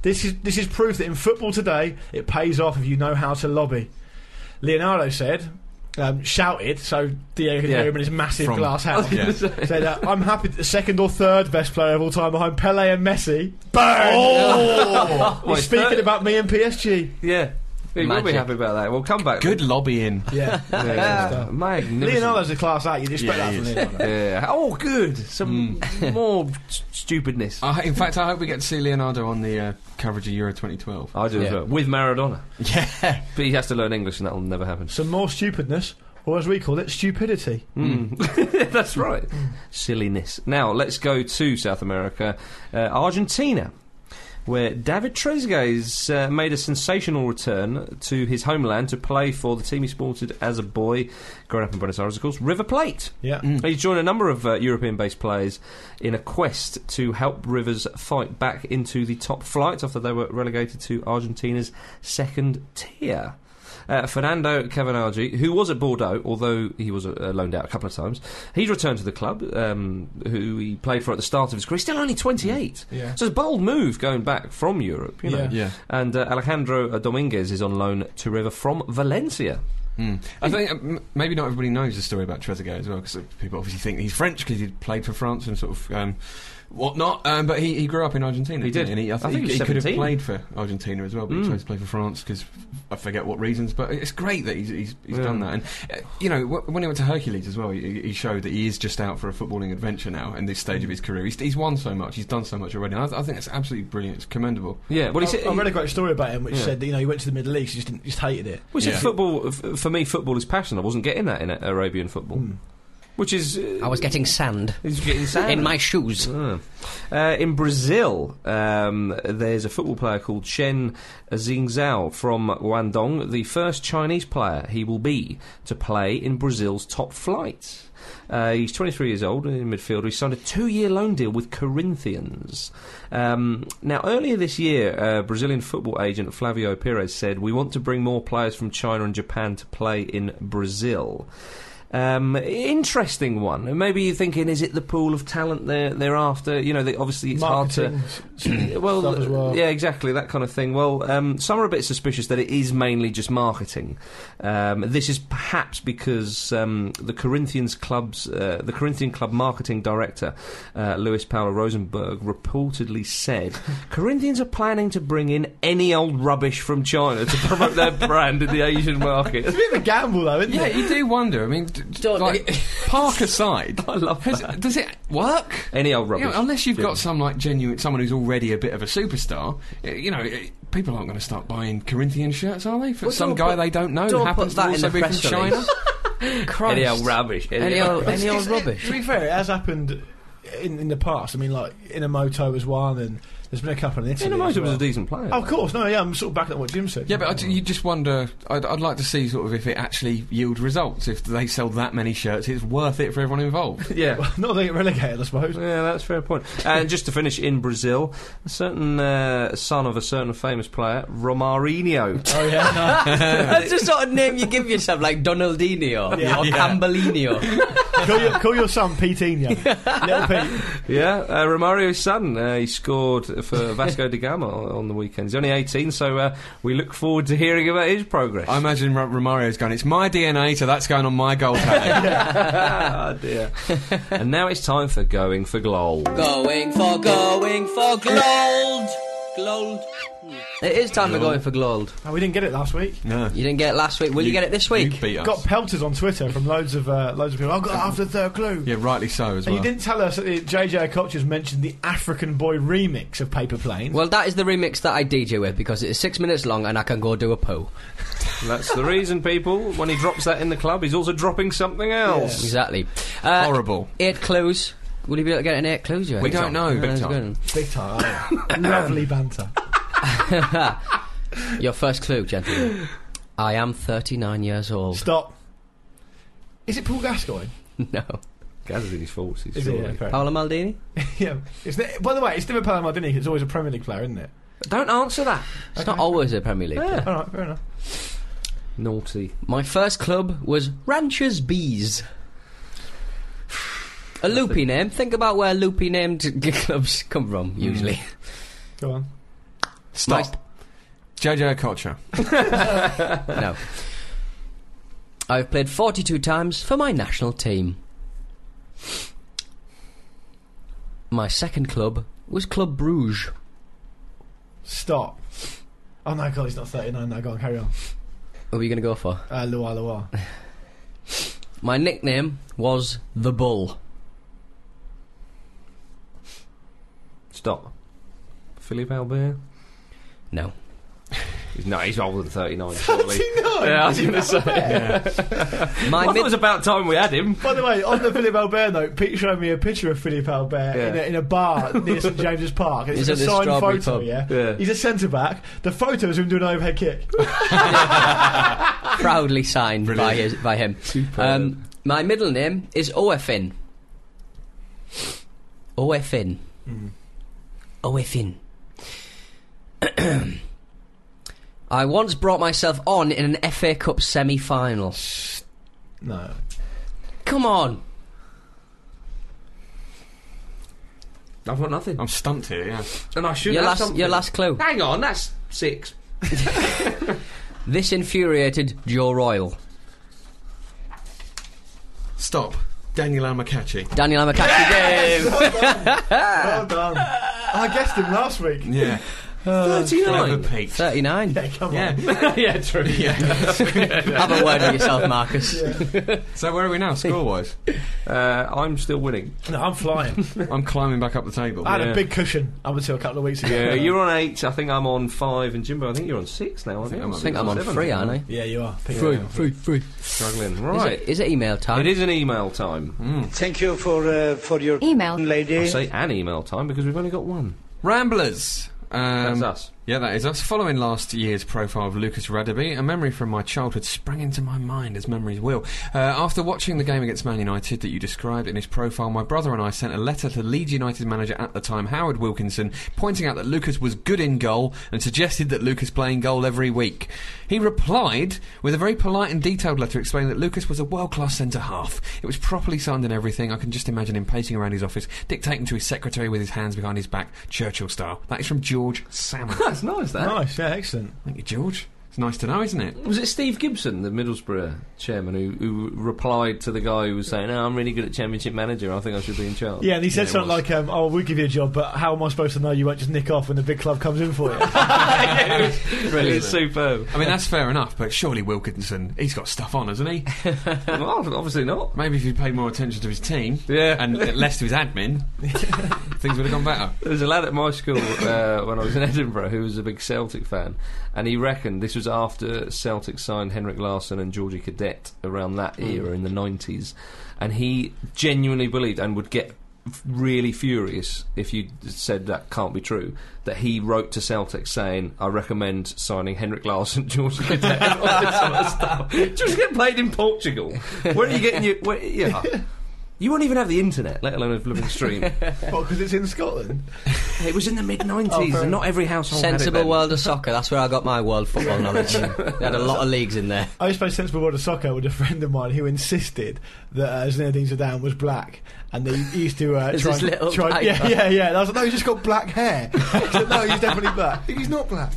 Speaker 1: this is this is proof that in football today, it pays off if you know how to lobby. Leonardo said, um, shouted. So Diego
Speaker 3: Yeah.
Speaker 1: yeah. in his massive
Speaker 4: From-
Speaker 1: glass house
Speaker 4: Yeah.
Speaker 1: said, uh, "I'm happy. that The second or third best player of all time behind Pele and Messi. Burn."
Speaker 3: Well,
Speaker 1: He's speaking
Speaker 3: third-
Speaker 1: about me and PSG.
Speaker 3: Yeah. He will be
Speaker 2: Magic.
Speaker 3: happy about that. We'll come back.
Speaker 4: Good lobbying.
Speaker 1: Yeah.
Speaker 3: Yeah. Magnificent.
Speaker 1: Leonardo's a class act. You'd expect
Speaker 4: Yeah,
Speaker 1: that from
Speaker 4: he is.
Speaker 1: Leonardo.
Speaker 3: Yeah. Oh, good. Some more s- stupidness.
Speaker 4: Hmm. I, in fact, I hope we get to see Leonardo on the uh, coverage of Euro 2012.
Speaker 3: I do as
Speaker 2: Yeah.
Speaker 3: well. With Maradona.
Speaker 4: Yeah.
Speaker 3: But he has to learn English and that'll never happen.
Speaker 1: Some more stupidness, or as we call it, stupidity.
Speaker 3: Mm. That's right. Silliness. Now, let's go to South America, uh, Argentina, where David Trezeguet has uh, made a sensational return to his homeland to play for the team he supported as a boy, growing up in Buenos Aires, of course, River Plate.
Speaker 1: Yeah.
Speaker 3: He's joined a number of uh, European based players in a quest to help Rivers fight back into the top flight after they were relegated to Argentina's second tier. Uh, Fernando Cavanaggi, who was at Bordeaux, although he was uh, loaned out a couple of times, he's returned to the club, um, who he played for at the start of his career. He's still only 28.
Speaker 1: Yeah.
Speaker 3: So it's a bold move going back from Europe, you know.
Speaker 1: Yeah.
Speaker 4: Yeah.
Speaker 3: And uh, Alejandro Dominguez is on loan to River from Valencia.
Speaker 4: Mm. I think uh, m- maybe not everybody knows the story about Trezeguet as well, because people obviously think he's French because he played for France and sort of um, whatnot. Um, but he, he grew up in Argentina.
Speaker 3: He did.
Speaker 4: didn't And he, I, think
Speaker 3: think
Speaker 4: he,
Speaker 3: he was
Speaker 4: could have
Speaker 3: 17.
Speaker 4: played for Argentina as well, but
Speaker 3: Mm.
Speaker 4: he chose to play for France because I forget what reasons. But it's great that he's, he's, he's
Speaker 3: Yeah.
Speaker 4: done that. And uh, you know, wh- when he went to Hercules as well, he, he showed that he is just out for a footballing adventure now. In this stage of his career, he's, he's won so much, he's done so much already. And I, I think that's absolutely brilliant. It's commendable.
Speaker 3: Yeah, well, he said,
Speaker 1: I, I read a great story about him, which
Speaker 3: Yeah.
Speaker 1: said that you know he went to the Middle East, he just didn't, just hated it.
Speaker 3: Which
Speaker 4: Yeah.
Speaker 3: is football f- for me. Football is passion. I wasn't getting that in Arabian football, which is uh,
Speaker 2: I was getting sand
Speaker 3: is getting sad.
Speaker 2: Oh. in my shoes.
Speaker 3: Ah. Uh, in Brazil, um, there's a football player called Chen Xingzhao from Guangdong, the first Chinese player he will be to play in Brazil's top flight. Uh, he's 23 years old, in midfielder. He signed a two-year loan deal with Corinthians. Um, now, earlier this year, uh, Brazilian football agent Flavio Pires said, "We want to bring more players from China and Japan to play in Brazil." Um, interesting one. Maybe you're thinking, is it the pool of talent they're, they're after? You know, they, obviously it's hard to
Speaker 1: Marketing.
Speaker 3: well,
Speaker 1: stuff as well.
Speaker 3: yeah, exactly that kind of thing. Well, um, some are a bit suspicious that it is mainly just marketing. Um, this is perhaps because um, the Corinthians club's uh, the Corinthian club marketing director, uh, Luis Paulo Rosenberg, reportedly said Corinthians are planning to bring in any old rubbish from China to promote their brand in the Asian market.
Speaker 1: It's a bit of a gamble, though, isn't
Speaker 4: Yeah,
Speaker 1: it?
Speaker 4: you do wonder. I mean, d- d-
Speaker 2: Don't-
Speaker 4: like, park aside, I love Does it work?
Speaker 3: Any old
Speaker 4: You know,
Speaker 3: rubbish.
Speaker 4: unless you've
Speaker 3: Yeah.
Speaker 4: got some like genuine someone who's already a bit of a superstar, y- you know, eh, people aren't going to start buying Corinthian shirts, are they? For
Speaker 2: Well,
Speaker 4: some
Speaker 2: don't
Speaker 4: guy
Speaker 2: put-
Speaker 4: they don't know who
Speaker 2: don't
Speaker 4: happens
Speaker 2: put that
Speaker 4: to
Speaker 2: in
Speaker 4: also
Speaker 2: the
Speaker 4: be from
Speaker 2: press
Speaker 4: China.
Speaker 2: release. Christ.
Speaker 3: Any old rubbish.
Speaker 2: Any old, any old
Speaker 1: To
Speaker 2: rubbish.
Speaker 1: be fair, it has happened in in the past. I mean, like Inamoto was one, and there's been a couple in Italy. as
Speaker 3: Inamoto was
Speaker 1: well.
Speaker 3: a decent player.
Speaker 1: Oh, of course, no, yeah, I'm sort of backing up what Jim said.
Speaker 4: Yeah, but I d you just wonder. I'd, I'd like to see sort of if it actually yield results. If they sell that many shirts, it's worth it for everyone involved.
Speaker 3: Yeah.
Speaker 1: not they get relegated, I suppose.
Speaker 3: Yeah, that's a fair point. And just to finish, in Brazil, a certain uh, son of a certain famous player, Romarinho.
Speaker 1: Oh yeah, no.
Speaker 2: That's the sort of name you give yourself, like Donaldinho
Speaker 1: Yeah.
Speaker 2: or Cambolinho.
Speaker 1: call, your, call your son Petinho. Little Pete.
Speaker 3: yeah, uh, Romario's son. Uh, he scored for Vasco da Gama on, on the weekend. He's only 18, so uh, we look forward to hearing about his progress.
Speaker 4: I imagine R- Romario's going. It's my DNA, so that's going on my goal tag.
Speaker 3: oh, dear. and now it's time for Going for Gold.
Speaker 2: Going for, going for gold. Glold. It is time to go in for Glold.
Speaker 1: Oh, we didn't get it last week.
Speaker 4: No.
Speaker 2: You didn't get it last week. Will you, get it this week?
Speaker 4: You beat us.
Speaker 1: Got pelters on Twitter from loads of uh, loads of people. I got it after the third clue.
Speaker 4: yeah, rightly so as
Speaker 1: And
Speaker 4: well.
Speaker 1: you didn't tell us that the- JJ Cochran's mentioned the African Boy remix of Paper Plane.
Speaker 2: Well, that is the remix that I DJ with because it is six minutes long and I can go do a poo.
Speaker 3: That's the reason, people. When he drops that in the club, he's also dropping something else.
Speaker 2: Exactly. Uh,
Speaker 4: Horrible.
Speaker 2: Eight clues. Will you be able to get an eight clues?
Speaker 4: We don't know. Big
Speaker 2: that's
Speaker 4: time.
Speaker 2: good.
Speaker 1: Big time. Lovely banter.
Speaker 2: Your first clue, gentlemen. I am 39 years old.
Speaker 1: Stop. Is it Paul Gascoigne?
Speaker 2: No.
Speaker 3: Gathers in his forces.
Speaker 1: Is
Speaker 3: surely.
Speaker 1: it? Yeah,
Speaker 2: Paolo Maldini?
Speaker 1: yeah. It's ne- by the way, it's never Palermo, didn't he? It's always a Premier League player, isn't it?
Speaker 3: Don't answer that.
Speaker 2: It's not always a Premier League. player.
Speaker 1: All right, fair enough.
Speaker 3: Naughty.
Speaker 2: My first club was Ranchers Bees. A loopy name. Think about where loopy named g- clubs come from, usually.
Speaker 1: Go on.
Speaker 4: Stop.
Speaker 2: Nice-
Speaker 4: JJ Okocha.
Speaker 2: no. I've played 42 times for my national team. My second club was Club Bruges.
Speaker 1: Stop. Oh no, God, he's not 39. No, go on, carry on.
Speaker 2: What are you going to go for?
Speaker 1: Uh, Loa, Loa.
Speaker 2: My nickname was The Bull.
Speaker 3: Stop. Philippe Albert?
Speaker 2: No.
Speaker 3: He's- No, he's older than 39, surely.
Speaker 1: no.
Speaker 3: Yeah, I was going to say. I
Speaker 2: My
Speaker 3: thought it
Speaker 2: mid-
Speaker 3: was about time we had him.
Speaker 1: By the way, on the Philip Albert note, Pete showed me a picture of Philip Albert in, a,
Speaker 3: Yeah.
Speaker 1: in a bar near St James's Park. and It's
Speaker 2: He's
Speaker 1: a
Speaker 2: at the
Speaker 1: signed
Speaker 2: Strawberry
Speaker 1: photo,
Speaker 2: Pub.
Speaker 1: yeah?
Speaker 3: Yeah.
Speaker 1: He's a centre back. The photo is him doing an overhead kick.
Speaker 2: proudly signed by, his,
Speaker 4: Brilliant.
Speaker 2: by him. Um, my middle name is OFN. OFN.
Speaker 3: Mm.
Speaker 2: OFN. I once brought myself on in an FA Cup semi final.
Speaker 1: No.
Speaker 2: Come on.
Speaker 3: I've got nothing.
Speaker 4: I'm stumped here, yeah.
Speaker 3: And I should
Speaker 2: Your
Speaker 3: have
Speaker 2: last,
Speaker 3: something.
Speaker 2: your last clue.
Speaker 3: Hang on, that's six.
Speaker 2: This infuriated Joe Royal.
Speaker 4: Stop. Daniel Amakachi.
Speaker 2: Daniel Amakachi game.
Speaker 1: Well done. I guessed him last week.
Speaker 4: Yeah. Never
Speaker 3: 39.
Speaker 4: peaked.
Speaker 2: 39.
Speaker 1: Yeah, come
Speaker 4: Yeah.
Speaker 1: on.
Speaker 3: yeah, true.
Speaker 4: yeah.
Speaker 2: Have a word with yourself, Marcus.
Speaker 4: So where are we now, score-wise?
Speaker 3: Uh, I'm still winning.
Speaker 1: No, I'm flying.
Speaker 4: I'm climbing back up the table.
Speaker 1: I had
Speaker 3: Yeah.
Speaker 1: a big cushion up until a couple of weeks ago.
Speaker 3: Yeah, Uh, you're on eight. I think I'm on five, and Jimbo, I think you're on six now. I think,
Speaker 4: I'm on-
Speaker 2: I think I'm on
Speaker 3: Seven.
Speaker 2: free, aren't I?
Speaker 1: Yeah, you are. Pick it up.
Speaker 2: free, free.
Speaker 3: Struggling.
Speaker 2: Is
Speaker 3: Right.
Speaker 2: it, is it email time?
Speaker 3: It is an email time.
Speaker 5: Thank you for uh, for your
Speaker 6: Email.
Speaker 5: lady.
Speaker 3: I say an email time because we've only got one.
Speaker 4: Ramblers. Um,
Speaker 3: That's us.
Speaker 4: Yeah, that is us. Following last year's profile of Lucas Radaby, a memory from my childhood sprang into my mind, as memories will. Uh, after watching the game against Man United that you described in his profile, my brother and I sent a letter to Leeds United manager at the time, Howard Wilkinson, pointing out that Lucas was good in goal and suggested that Lucas play in goal every week. He replied with a very polite and detailed letter explaining that Lucas was a world class centre half. It was properly signed and everything. I can just imagine him pacing around his office, dictating to his secretary with his hands behind his back, Churchill style. That is from George Salmon.
Speaker 3: That's nice. That
Speaker 1: Nice, yeah, excellent.
Speaker 4: Thank you, George. It's nice to know, isn't it?
Speaker 3: was it. Steve Gibson, the Middlesbrough chairman, who, who replied to the guy who was saying, "No, I'm really good at championship manager. I think I should be in charge."
Speaker 1: Yeah, and he said
Speaker 4: Yeah, it
Speaker 1: something
Speaker 4: was.
Speaker 1: like, um, "Oh, we'll give you a job, but how am I supposed to know you won't just nick off when the big club comes in for you?"
Speaker 3: It was superb.
Speaker 4: I mean, that's fair enough, but surely Wilkinson, he's got stuff on, hasn't he?
Speaker 3: well, obviously not.
Speaker 4: Maybe if he paid more attention to his team
Speaker 3: Yeah.
Speaker 4: and less to his admin, things would have gone better.
Speaker 3: There was a lad at my school uh, when I was in Edinburgh who was a big Celtic fan, and he reckoned this was after Celtic signed Henrik Larsson and Georgie Cadet around that era in the 90s, and he genuinely believed and would get f- really furious if you said that can't be true that he wrote to Celtic saying I recommend signing Henrik Larsson Georgie Cadet and all this sort of stuff just get played in Portugal where are you getting your where, yeah you won't even have the internet let alone a flipping stream
Speaker 1: Well, because it's in Scotland.
Speaker 3: it was in the mid 90s,
Speaker 1: Oh, fair
Speaker 3: and not every household
Speaker 2: Sensible
Speaker 3: had it then.
Speaker 2: World of Soccer. That's where I got my world football knowledge. they had a lot of leagues in there.
Speaker 1: I used to play sensible world of soccer with a friend of mine who insisted that uh, Zinedine Zidane was black, and they he used to uh,
Speaker 2: Is
Speaker 1: try,
Speaker 2: this
Speaker 1: and-
Speaker 2: little
Speaker 1: try
Speaker 2: black
Speaker 1: yeah,
Speaker 2: guy?
Speaker 1: yeah, yeah. And I was like, "No, he's just got black hair." He said, "No, he's definitely black. He's not black."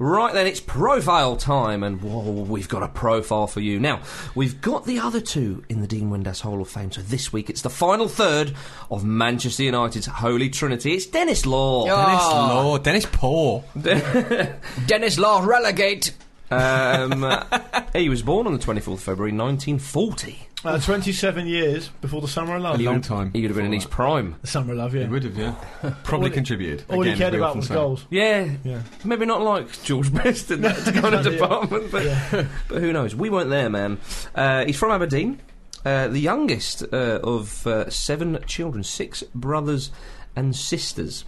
Speaker 3: Right then, it's profile time, and whoa, we've got a profile for you. Now, we've got the other two in the Dean Windass Hall of Fame, so this week it's the final third of Manchester United's Holy Trinity. It's Dennis Law.
Speaker 4: Dennis
Speaker 1: Ah.
Speaker 2: Oh.
Speaker 4: Law, Dennis Poor.
Speaker 2: Dennis Law, relegate.
Speaker 3: Um, uh, he was born on the 24th of February 1940.
Speaker 1: Uh, 27 years before the Summer of Love. Um,
Speaker 4: A long time.
Speaker 3: He would have been in his prime.
Speaker 1: The Summer of Love, yeah.
Speaker 4: He would have, yeah. Probably contributed.
Speaker 1: All
Speaker 4: Again,
Speaker 1: he cared
Speaker 4: we
Speaker 1: about
Speaker 4: often
Speaker 1: was
Speaker 4: say.
Speaker 1: goals.
Speaker 3: Yeah,
Speaker 1: Yeah.
Speaker 3: maybe not like George Best in that kind of
Speaker 1: Yeah.
Speaker 3: department, but, but who knows? We weren't there, man. Uh, he's from Aberdeen, uh, the youngest uh, of uh, seven children, six brothers and sisters.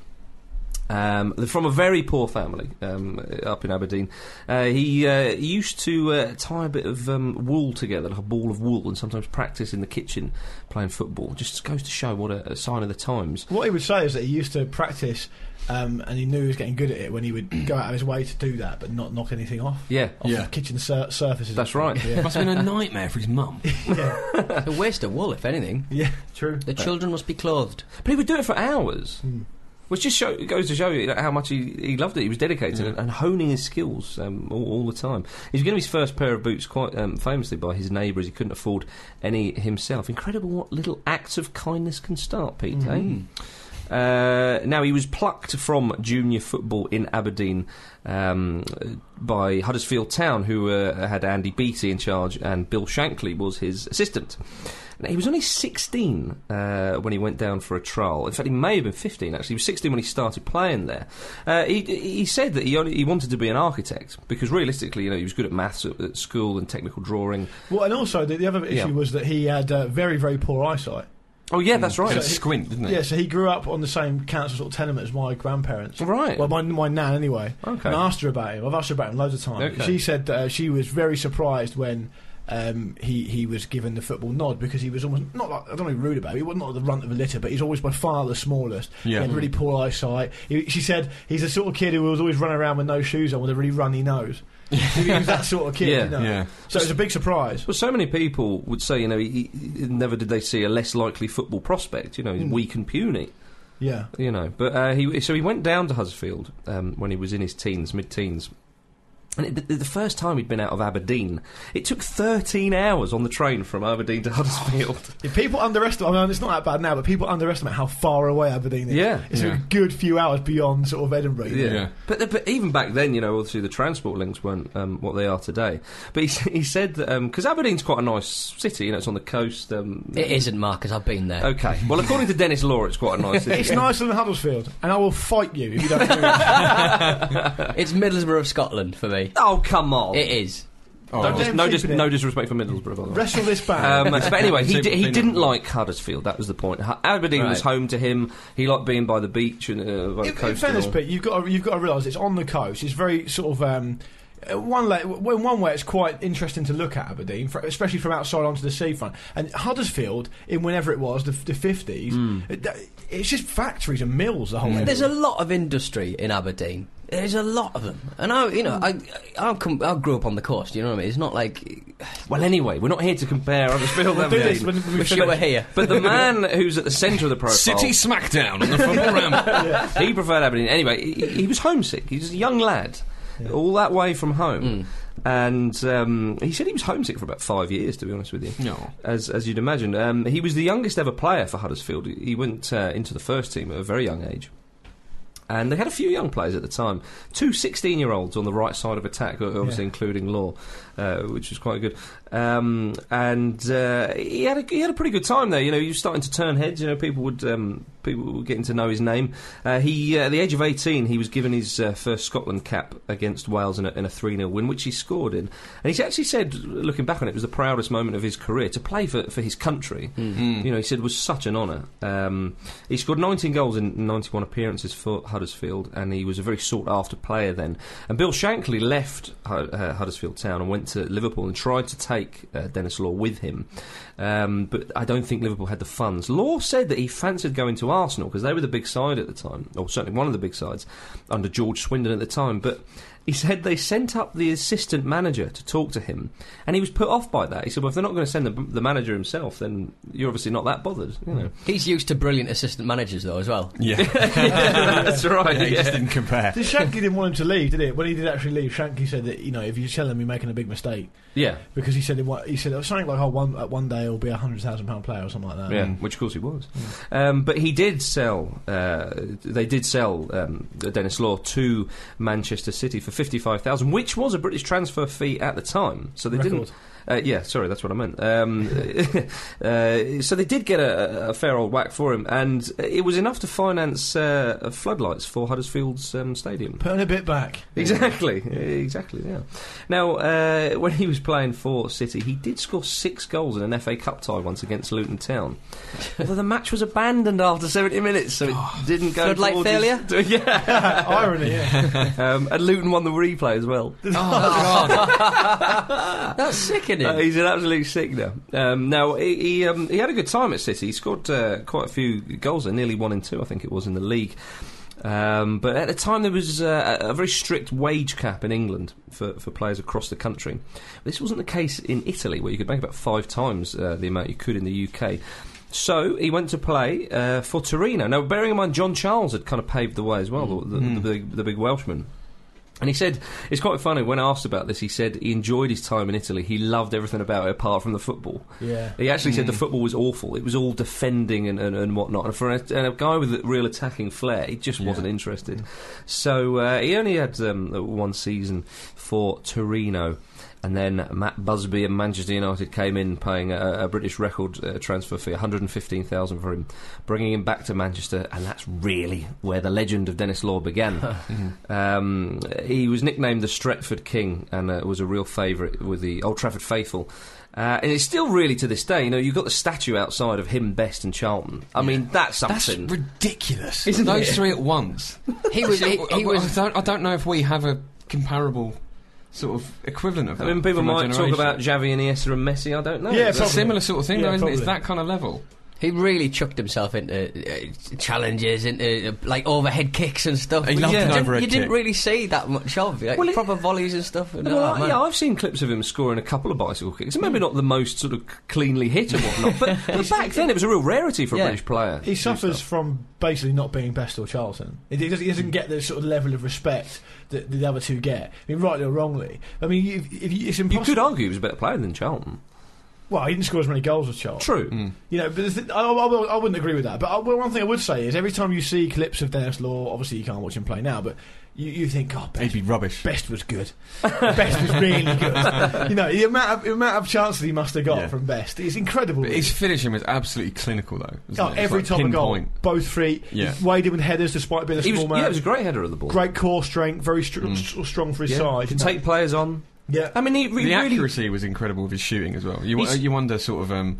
Speaker 3: Um, they're from a very poor family um, up in Aberdeen. Uh, he uh, he used to uh, tie a bit of um, wool together, like a ball of wool, and sometimes practice in the kitchen playing football. Just goes to show what a, a sign of the times.
Speaker 1: What he would say is that he used to practice um, and he knew he was getting good at it when he would go out of his way to do that but not knock anything off.
Speaker 3: Yeah,
Speaker 1: Off
Speaker 4: Yeah.
Speaker 1: the kitchen sur- surfaces.
Speaker 3: That's right.
Speaker 1: Yeah.
Speaker 4: Must have been a nightmare for his mum.
Speaker 2: a waste of wool, if anything.
Speaker 1: yeah, true.
Speaker 2: The children must be clothed.
Speaker 3: But he would do it for hours, which just show, goes to show you like, how much he, he loved it. He was dedicated and, and honing his skills um, all, all the time. He was given his first pair of boots quite um, famously by his neighbour as he couldn't afford any himself. Incredible what little acts of kindness can start, Pete, eh? Uh, now, he was plucked from junior football in Aberdeen um, by Huddersfield Town, who uh, had Andy Beattie in charge, and Bill Shankly was his assistant. Now, he was only 16 uh, when he went down for a trial. In fact, he may have been 15, actually. He was 16 when he started playing there. Uh, he, he said that he, only, he wanted to be an architect because realistically, you know, he was good at maths at, at school and technical drawing.
Speaker 1: Well, and also the, the other issue
Speaker 3: Yeah.
Speaker 1: was that he had uh, very, very poor eyesight.
Speaker 3: Oh, yeah, that's
Speaker 4: Had a
Speaker 3: right.
Speaker 4: squint, didn't he?
Speaker 1: Yeah, so he grew up on the same council sort of tenement as my grandparents.
Speaker 3: Right.
Speaker 1: Well, my, my nan anyway.
Speaker 3: Okay.
Speaker 1: And I asked her about him. I've asked her about him loads of times.
Speaker 3: Okay.
Speaker 1: She said that, uh, she was very surprised when um, he he was given the football nod because he was almost not like I don't know rude about. It. He was not the runt of a litter, but he's always by far the smallest.
Speaker 4: Yeah.
Speaker 1: He had really poor eyesight. He, she said he's the sort of kid who was always running around with no shoes on with a really runny nose. he was that sort of kid.
Speaker 3: Yeah.
Speaker 1: You know?
Speaker 4: Yeah.
Speaker 1: So it was a big surprise.
Speaker 3: Well, so many people would say, you know, he, he, never did they see a less likely football prospect. You know, he's weak and puny.
Speaker 1: Yeah.
Speaker 3: you know. But uh, he so he went down to Huddersfield um, when he was in his teens, mid-teens. And it, the, the first time he'd been out of Aberdeen, it took 13 hours on the train from Aberdeen to Huddersfield.
Speaker 1: If people underestimate, I mean, it's not that bad now, but people underestimate how far away Aberdeen is.
Speaker 3: Yeah.
Speaker 1: It's
Speaker 4: Yeah.
Speaker 1: a good few hours beyond sort of Edinburgh. you know.
Speaker 4: Yeah.
Speaker 3: But, the, but even back then, you know, obviously the transport links weren't um, what they are today. But he, s- he said that because Aberdeen's quite a nice city, you know, it's on the coast. Um,
Speaker 2: It isn't, Marcus. I've been there.
Speaker 3: Okay. Well, according to Dennis Law, it's quite a nice city.
Speaker 1: It's nicer than Huddersfield, and I will fight you if you don't do it.
Speaker 2: It's Middlesbrough of Scotland for me.
Speaker 3: Oh, come on.
Speaker 2: It is.
Speaker 4: Oh,
Speaker 3: No, dis-
Speaker 1: Damn
Speaker 3: no,
Speaker 1: cheap
Speaker 3: dis-
Speaker 1: it is.
Speaker 3: no disrespect for Middlesbrough, by the way.
Speaker 1: Wrestle this back.
Speaker 3: Um, but anyway, he,
Speaker 4: Super
Speaker 3: di- he
Speaker 4: thin
Speaker 3: didn't
Speaker 4: and-
Speaker 3: like Huddersfield. That was the point. Hu- Aberdeen was
Speaker 2: Right.
Speaker 3: home to him. He liked being by the beach and uh, by the
Speaker 1: in, in
Speaker 3: coast. and
Speaker 1: fairness,
Speaker 3: all.
Speaker 1: Pete, you've got to, you've got to realise it's on the coast. It's very sort of. Um, uh, one le- well, in one way, it's quite interesting to look at Aberdeen, fr especially from outside onto the seafront. And Huddersfield, in whenever it was, the, the 50s,
Speaker 3: Hmm.
Speaker 1: it, that- it's just factories and mills, the whole area.
Speaker 2: There's a lot of industry in Aberdeen. There's a lot of them, and I, you know, I, I, come, I grew up on the coast. You know what I mean? It's not like
Speaker 3: Well, anyway, we're not here to compare Huddersfield.
Speaker 1: We'll do this
Speaker 3: Aberdeen.
Speaker 1: when we
Speaker 2: wish you were
Speaker 1: finish.
Speaker 2: here.
Speaker 3: But the man who's at the centre of the profile,
Speaker 4: City smackdown on the football ramp.
Speaker 3: he preferred Aberdeen. Anyway, he, he was homesick. He was a young lad, all that way from
Speaker 1: Mm.
Speaker 2: Hmm.
Speaker 3: home, and um, he said he was homesick for about five years. To be honest with you,
Speaker 4: No.
Speaker 3: as as you'd imagine. Um, he was the youngest ever player for Huddersfield. He went uh, into the first team at a very young age. And they had a few young players at the time. Two 16 year olds on the right side of attack, o- obviously
Speaker 1: Yeah.
Speaker 3: including Law, uh, which was quite good. Um, and uh, he, had a, he had a pretty good time there. You know, he was starting to turn heads. You know, people would um, people were getting to know his name. Uh, he, uh, at the age of 18, he was given his uh, first Scotland cap against Wales in a, in a 3 0 win, which he scored in. And he actually said, looking back on it, it was the proudest moment of his career to play for, for his country.
Speaker 4: Mm. Mm-hmm.
Speaker 3: You know, he said was such an honour. Um, he scored 19 goals in 91 appearances for Huddersfield, and he was a very sought after player then. And Bill Shankly left Hud- uh, Huddersfield Town and went to Liverpool and tried to take uh, Dennis Law with him. Um, but I don't think Liverpool had the funds. Law said that he fancied going to Arsenal because they were the big side at the time, or certainly one of the big sides, under George Swindon at the time. But he He said they sent up the assistant manager to talk to him, and he was put off by that. He said, "Well, if they're not going to send the, the manager himself, then you're obviously not that bothered." You know,
Speaker 2: He's used to brilliant assistant managers though as well.
Speaker 4: Yeah,
Speaker 3: that's right.
Speaker 4: he
Speaker 3: yeah.
Speaker 4: just didn't compare.
Speaker 1: Did Shanky didn't want him to leave, did it? When he did actually leave, Shanky said that you know if you tell him you're making a big mistake
Speaker 3: yeah,
Speaker 1: because he said it, wa- he said it was something like oh one uh, one day he'll be a hundred thousand pound player or something like that. Mm.
Speaker 3: Yeah, which of course he was. Um, but he did sell. Uh, they did sell um, Dennis Law to Manchester City for fifty-five thousand, which was a British transfer fee at the time. So they didn't.
Speaker 1: Record.
Speaker 3: Uh, yeah, sorry, that's what I meant. Um, uh, so they did get a, a fair old whack for him, and it was enough to finance uh, floodlights for Huddersfield's um, stadium.
Speaker 1: Putting a bit back.
Speaker 3: Exactly, exactly. Yeah. Now, uh, when he was playing for City, he did score six goals in an FA Cup tie once against Luton Town. Although the match was abandoned after 70 minutes, so it didn't go.
Speaker 2: Floodlight
Speaker 3: towards his- yeah.
Speaker 1: Irony. Yeah.
Speaker 3: Um, and Luton won the replay as well.
Speaker 1: Ah.
Speaker 2: That's sickening.
Speaker 3: Uh, he's an absolute sickener. Um, now he he, um, he had a good time at City. He scored uh, quite a few goals there, nearly one in two, I think it was in the league. Um, but at the time, there was uh, a a very strict wage cap in England for, for players across the country. This wasn't the case in Italy, where you could make about five times uh, the amount you could in the UK. So he went to play uh, for Torino. Now, bearing in mind, John Charles had kind of paved the way as well, the, the, the, big, the big Welshman. And he said, it's quite funny, when asked about this, he said he enjoyed his time in Italy. He loved everything about it apart from the football.
Speaker 1: yeah.
Speaker 3: He actually said the football was awful. It was all defending and, and, and whatnot. And for a, and a guy with a real attacking flair, he just wasn't interested. So uh, he only had um, one season for Torino. And then Matt Busby and Manchester United came in paying a, a British record uh, transfer fee, 115000 for him, bringing him back to Manchester. And that's really where the legend of Dennis Law began.
Speaker 4: Mm-hmm.
Speaker 3: um, he was nicknamed the Stretford King and uh, was a real favourite with the Old Trafford faithful. Uh, and it's still really to this day, you know, you've got the statue outside of him, Best and Charlton. I mean, that's
Speaker 4: That's
Speaker 3: something.
Speaker 4: ridiculous.
Speaker 3: Isn't
Speaker 4: Those
Speaker 3: it?
Speaker 4: three at once.
Speaker 2: he was. He,
Speaker 4: I,
Speaker 2: he was.
Speaker 4: I don't, I don't know if we have a comparable sort of equivalent of
Speaker 3: I
Speaker 4: that.
Speaker 3: mean, people
Speaker 4: from our
Speaker 3: might talk
Speaker 4: generation.
Speaker 3: about Xavi and Iniesta and Messi. I don't know.
Speaker 1: Yeah,
Speaker 4: It's a
Speaker 1: probably.
Speaker 4: similar sort of thing,
Speaker 1: Yeah,
Speaker 4: though, isn't it? It's
Speaker 1: probably.
Speaker 4: that kind of level.
Speaker 2: He really chucked himself into uh, challenges, into uh, like overhead kicks and stuff.
Speaker 4: He
Speaker 2: You
Speaker 4: loved an
Speaker 2: didn't-
Speaker 4: overhead
Speaker 2: You didn't
Speaker 4: kick.
Speaker 2: really see that much of like,
Speaker 3: Well, it-
Speaker 2: proper volleys and stuff. No,
Speaker 3: well, I-
Speaker 2: Oh, man.
Speaker 3: uh, yeah, I've seen clips of him scoring a couple of bicycle kicks. Maybe not the most sort of cleanly hit and whatnot, but, but back then it was a real rarity for a
Speaker 2: Yeah.
Speaker 3: British player.
Speaker 1: He suffers from basically not being Best or Charlton. He he doesn't, he doesn't get the sort of level of respect that the other two get. I mean, rightly or wrongly. I mean, if, if you, it's
Speaker 3: You
Speaker 1: impossible.
Speaker 3: could argue he was a better player than Charlton.
Speaker 1: well, he didn't score as many goals as Charlton.
Speaker 3: True.
Speaker 1: You know, but the th- I, I, will- I wouldn't agree with that. But I, well, one thing I would say is every time you see clips of Dennis Law, obviously you can't watch him play now, but you, you think, oh,
Speaker 4: He'd
Speaker 1: best,
Speaker 4: be rubbish.
Speaker 1: best was good. best was really good. you know, the amount of, the amount of chances he must have got
Speaker 4: Yeah.
Speaker 1: from Best is incredible.
Speaker 4: But
Speaker 1: really.
Speaker 4: his finishing was absolutely clinical, though. isn't
Speaker 1: Oh,
Speaker 4: it? It's
Speaker 1: every
Speaker 4: like
Speaker 1: time a goal,
Speaker 4: pinpoint.
Speaker 1: both feet.
Speaker 4: Yeah.
Speaker 1: Weighed in with headers despite being a
Speaker 3: He was,
Speaker 1: small man.
Speaker 3: yeah, it was a great header of the ball.
Speaker 1: Great core strength, very str- s- strong for his
Speaker 3: Yeah.
Speaker 1: size.
Speaker 3: Can
Speaker 1: you know.
Speaker 3: take Um, players on.
Speaker 1: yeah.
Speaker 3: I mean, he,
Speaker 4: The
Speaker 3: re- really
Speaker 4: accuracy was incredible with his shooting as well. You,
Speaker 3: He's-
Speaker 4: you wonder, sort of, um,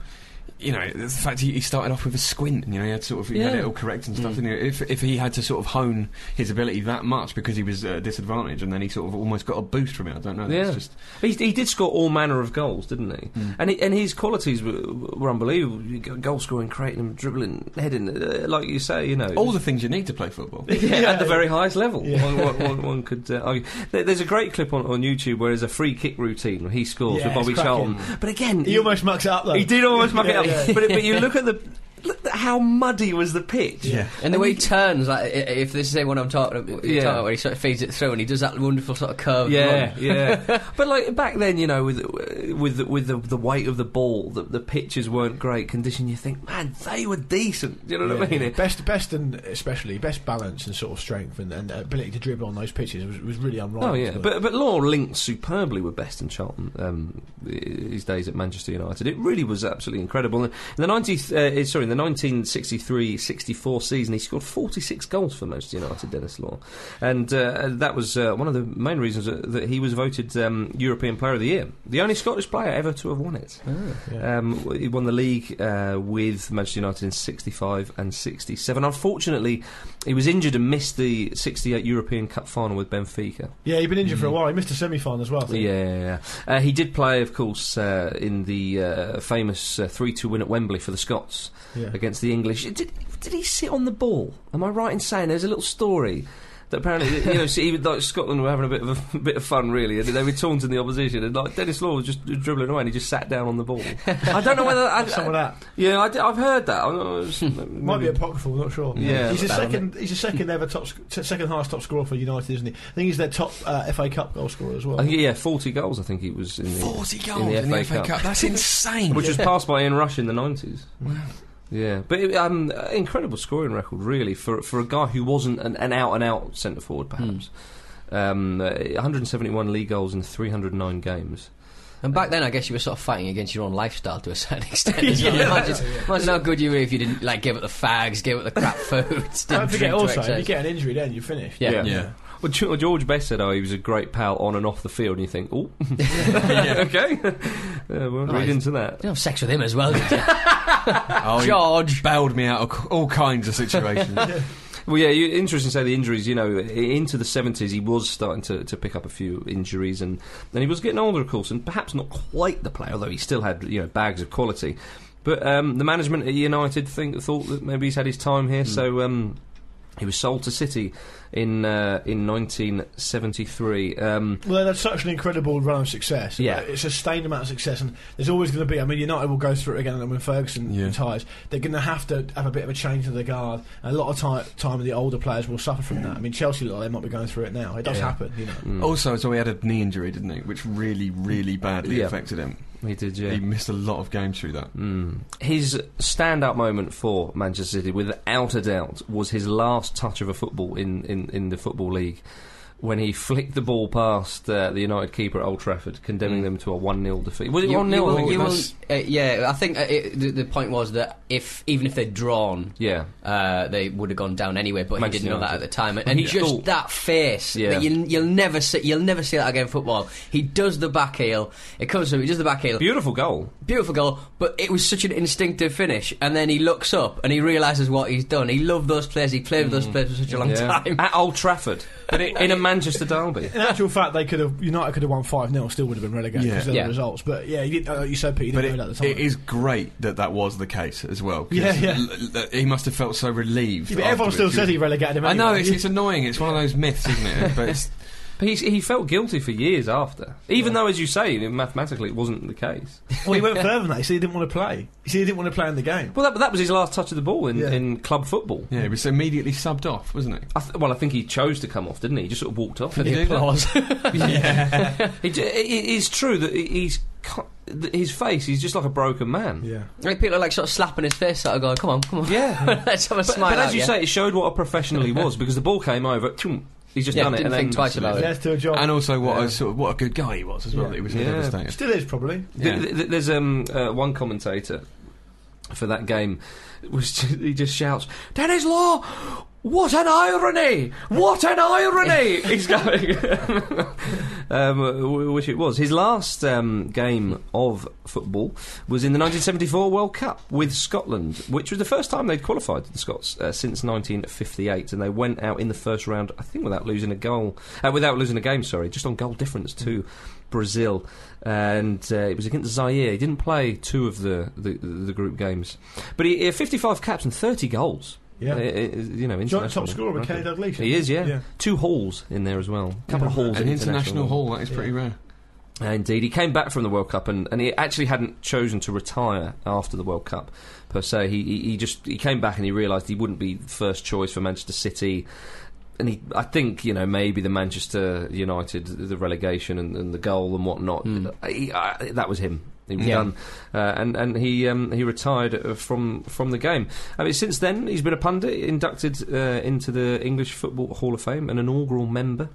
Speaker 4: you know, the fact he, he started off with a squint. You know, he had sort of he had
Speaker 3: Yeah.
Speaker 4: it all correct and stuff. Didn't he? If if he had to sort of hone his ability that much because he was at a disadvantage, and then he sort of almost got a boost from it. I don't know. That's
Speaker 3: Yeah.
Speaker 4: just
Speaker 3: He, he did score all manner of goals, didn't he?
Speaker 1: Hmm.
Speaker 3: And he, and his qualities were, were unbelievable. You got Goal scoring, creating, and dribbling, heading, uh, like you say, you know.
Speaker 4: all the things you need to play football.
Speaker 3: yeah, at the very highest level,
Speaker 1: Yeah.
Speaker 3: one, one- one- one could uh, argue. There- There's a great clip on, on YouTube where there's a free kick routine where he scores
Speaker 1: Yeah,
Speaker 3: with Bobby
Speaker 1: it's cracking.
Speaker 3: Charlton. But again,
Speaker 1: he almost mucks it up though.
Speaker 3: he did almost muck it
Speaker 1: Yeah,
Speaker 3: up.
Speaker 1: yeah.
Speaker 3: But, it- but you look at the look at how muddy was the pitch.
Speaker 4: Yeah.
Speaker 2: And the way he turns, like i- if this is the one I'm talking about,
Speaker 3: Yeah.
Speaker 2: talking about, where he sort of feeds it through and he does that wonderful sort of curve.
Speaker 3: Yeah,
Speaker 2: run.
Speaker 3: yeah. but like back then, you know, with with with the, the weight of the ball, the, the pitches weren't great condition. You think, man, they were decent. You know
Speaker 1: Yeah,
Speaker 3: what I mean?
Speaker 1: yeah. Best, best, and especially best balance and sort of strength and, and ability to dribble on those pitches was, was really unrivaled.
Speaker 3: Oh yeah,
Speaker 1: wasn't it?
Speaker 3: but but Law linked superbly with Best and Charlton um, his days at Manchester United. It really was absolutely incredible. In the 90, uh, sorry, in the 1963-64 season, he scored 46 goals for Manchester United. Dennis Law, and uh, that was uh, one of the main reasons that that he was voted um, European Player of the Year, the only Scottish player ever to have won it.
Speaker 1: Yeah.
Speaker 3: Um, w- he won the league uh, with Manchester United in 65 and 67. Unfortunately, he was injured and missed the 68 European Cup final with Benfica.
Speaker 1: yeah, he'd been injured for a while. He missed a semi-final as well. I think.
Speaker 3: Mm. Yeah, yeah, yeah. Uh, he did play, of course, uh, in the uh, famous three-two win at Wembley for the Scots
Speaker 1: Yeah.
Speaker 3: against the English. Did did he sit on the ball? Am I right in saying there's a little story That apparently, you know, see, even like Scotland were having a bit of a bit of fun, really, and they were taunting the opposition. And like Dennis Law was just dribbling away, and he just sat down on the ball. I don't know whether I,
Speaker 1: Some of that
Speaker 3: Yeah, I, have heard that. I don't know,
Speaker 1: might be apocryphal. not sure.
Speaker 3: Yeah,
Speaker 1: he's the
Speaker 3: about
Speaker 1: second. He's the second ever top, sc- t- second highest top scorer for United, isn't he? I think he's their top uh, FA Cup goal scorer as well.
Speaker 3: I think, yeah, forty goals. I think he was in the
Speaker 4: 40 goals
Speaker 3: in the FA, Cup,
Speaker 4: That's insane.
Speaker 3: which was passed by Ian Rush in the nineties.
Speaker 4: Wow.
Speaker 3: Yeah, but it, um, incredible scoring record really for for a guy who wasn't an, an out and out centre forward perhaps. Um, uh, 171 league goals in 309 games.
Speaker 2: And back then, I guess you were sort of fighting against your own lifestyle to a certain extent. As well. imagine, imagine how good you were if you didn't like give up the fags, give up the crap foods. Didn't
Speaker 1: Don't forget
Speaker 2: drink to
Speaker 1: also, if you
Speaker 2: excess.
Speaker 1: get an injury, then you're finished.
Speaker 2: yeah.
Speaker 4: Yeah.
Speaker 3: Well, Ge- George Best said, "Oh, he was a great pal on and off the field." And you think, "Oh, okay, uh, we'll read
Speaker 2: he's-
Speaker 3: into that."
Speaker 2: You have sex with him as well, did you?
Speaker 4: Oh, he
Speaker 2: George.
Speaker 4: bailed me out of c- all kinds of situations.
Speaker 3: Well, yeah, you, interesting to say the injuries. You know, i- into the 70s, he was starting to, to pick up a few injuries, and, and he was getting older, of course, and perhaps not quite the player, although he still had, you know, bags of quality. But um, the management at United think, thought that maybe he's had his time here, so um, he was sold to City in, uh, in 1973. Um,
Speaker 1: Well, that's such an incredible run of success.
Speaker 3: Yeah.
Speaker 1: Uh, it's a sustained amount of success, and there's always going to be. I mean, United will go through it again, and when Ferguson
Speaker 4: Yeah.
Speaker 1: retires, they're going to have to have a bit of a change of the guard. And a lot of time, time the older players will suffer from that. I mean, Chelsea look like they might be going through it now. It does
Speaker 4: Yeah.
Speaker 1: happen, you know.
Speaker 3: Hmm.
Speaker 4: Also, so he had a knee injury, didn't he? Which really, really badly
Speaker 3: Yeah.
Speaker 4: affected him.
Speaker 3: he did, yeah.
Speaker 4: He missed a lot of games through that.
Speaker 3: Mm. His standout moment for Manchester City, without a doubt, was his last touch of a football in, in, in the Football League when he flicked the ball past uh, the United keeper at Old Trafford, condemning them to a 1 0 defeat. Was it
Speaker 2: Mm. You-
Speaker 3: 1
Speaker 2: you
Speaker 3: 0?
Speaker 2: will-
Speaker 4: think it
Speaker 2: you will-
Speaker 4: was.
Speaker 2: uh, yeah, I think uh, it, the, the point was that if even if they'd drawn,
Speaker 3: Yeah.
Speaker 2: uh, they would have gone down anyway. But
Speaker 3: Manchester
Speaker 2: he didn't know that at
Speaker 3: United.
Speaker 2: the time, and, and
Speaker 3: he
Speaker 2: just
Speaker 3: thought-
Speaker 2: that face
Speaker 3: Yeah.
Speaker 2: that you'll, you'll never see. You'll never see that again in football. He does the back heel. It comes through. He does the back heel.
Speaker 3: Beautiful goal.
Speaker 2: Beautiful goal, but it was such an instinctive finish. And then he looks up and he realizes what he's done. He loved those players. He played with those players for such a long
Speaker 3: Mm. Yeah.
Speaker 2: time.
Speaker 3: At Old Trafford, in a Manchester derby.
Speaker 1: In actual fact, they could have United could have won five 0 still would have been relegated
Speaker 4: Yeah.
Speaker 1: because of
Speaker 2: Yeah.
Speaker 1: the results. But yeah, you didn't know, like you said, Pete, you
Speaker 4: But
Speaker 1: didn't know that at
Speaker 4: it,
Speaker 1: the time.
Speaker 4: it is great that that was the case as well. 'cause
Speaker 1: Yeah, yeah.
Speaker 4: l- l- he must have felt so relieved.
Speaker 1: Yeah, but everyone still
Speaker 4: afterwards.
Speaker 1: says he relegated him.
Speaker 4: I know
Speaker 1: anyway.
Speaker 4: it's, it's annoying. It's one of those myths, isn't it? But it's,
Speaker 3: But he, he felt guilty for years after, even though, as you say, mathematically it wasn't the case.
Speaker 1: well, he went further than that. He said he didn't want to play. He said he didn't want to play in the game.
Speaker 3: Well, that, that was his last touch of the ball in,
Speaker 1: Yeah.
Speaker 3: in club football.
Speaker 4: yeah, he was immediately subbed off, wasn't he?
Speaker 3: I th- well, I think he chose to come off, didn't he? He just sort of walked off.
Speaker 4: Did he do that?
Speaker 3: It, it is true that he's co- that his face. He's just like a broken man.
Speaker 1: Yeah.
Speaker 2: Like people are like sort of slapping his face, sort of going, "Come on, come on,
Speaker 3: Yeah.
Speaker 2: let's have a
Speaker 3: but,
Speaker 2: smile."
Speaker 3: but as
Speaker 2: out,
Speaker 3: you
Speaker 2: yeah."
Speaker 3: say, it showed what a professional he was because the ball came over. choom, He's just
Speaker 2: Yeah,
Speaker 3: done it.
Speaker 2: didn't
Speaker 3: and
Speaker 2: think
Speaker 3: then-
Speaker 2: twice about it.
Speaker 1: Let's do a job.
Speaker 4: And also, what
Speaker 3: Yeah.
Speaker 4: a sort of, what a good guy he was as well.
Speaker 1: Yeah.
Speaker 4: That he was
Speaker 3: Yeah.
Speaker 4: devastated.
Speaker 1: Still is probably.
Speaker 4: Yeah.
Speaker 3: Th- th- there's um, uh, one commentator for that game was ju- he just shouts, "Dennis Law, what an irony! What an irony!" He's going. um, w- which it was his last um, game of football was in the 1974 World Cup with Scotland, which was the first time they'd qualified the Scots uh, since 1958, and they went out in the first round, I think, without losing a goal, uh, without losing a game. Sorry, just on goal difference to Brazil, and uh, it was against Zaire. He didn't play two of the the, the group games, but he, he had 55 caps and 30 goals.
Speaker 1: Yeah.
Speaker 3: Uh, uh, you know,
Speaker 1: Joint top
Speaker 3: international
Speaker 1: scorer with Kenny
Speaker 3: record.
Speaker 1: Dalglish.
Speaker 3: He is, yeah.
Speaker 1: Yeah.
Speaker 3: Two halls in there as well. A couple of halls.
Speaker 4: An
Speaker 3: in
Speaker 4: international hall that is
Speaker 1: Yeah.
Speaker 4: pretty rare.
Speaker 3: Uh, Indeed, he came back from the World Cup, and, and he actually hadn't chosen to retire after the World Cup per se. He, he, he just he came back and he realised he wouldn't be first choice for Manchester City, and he I think you know maybe the Manchester United the relegation and, and the goal and whatnot.
Speaker 4: Hmm.
Speaker 2: Mm.
Speaker 3: He, uh, that was him. He was
Speaker 2: Yeah.
Speaker 3: done, uh, and and he um, he retired uh, from from the game. I mean, since then he's been a pundit, inducted uh, into the English Football Hall of Fame, an inaugural member.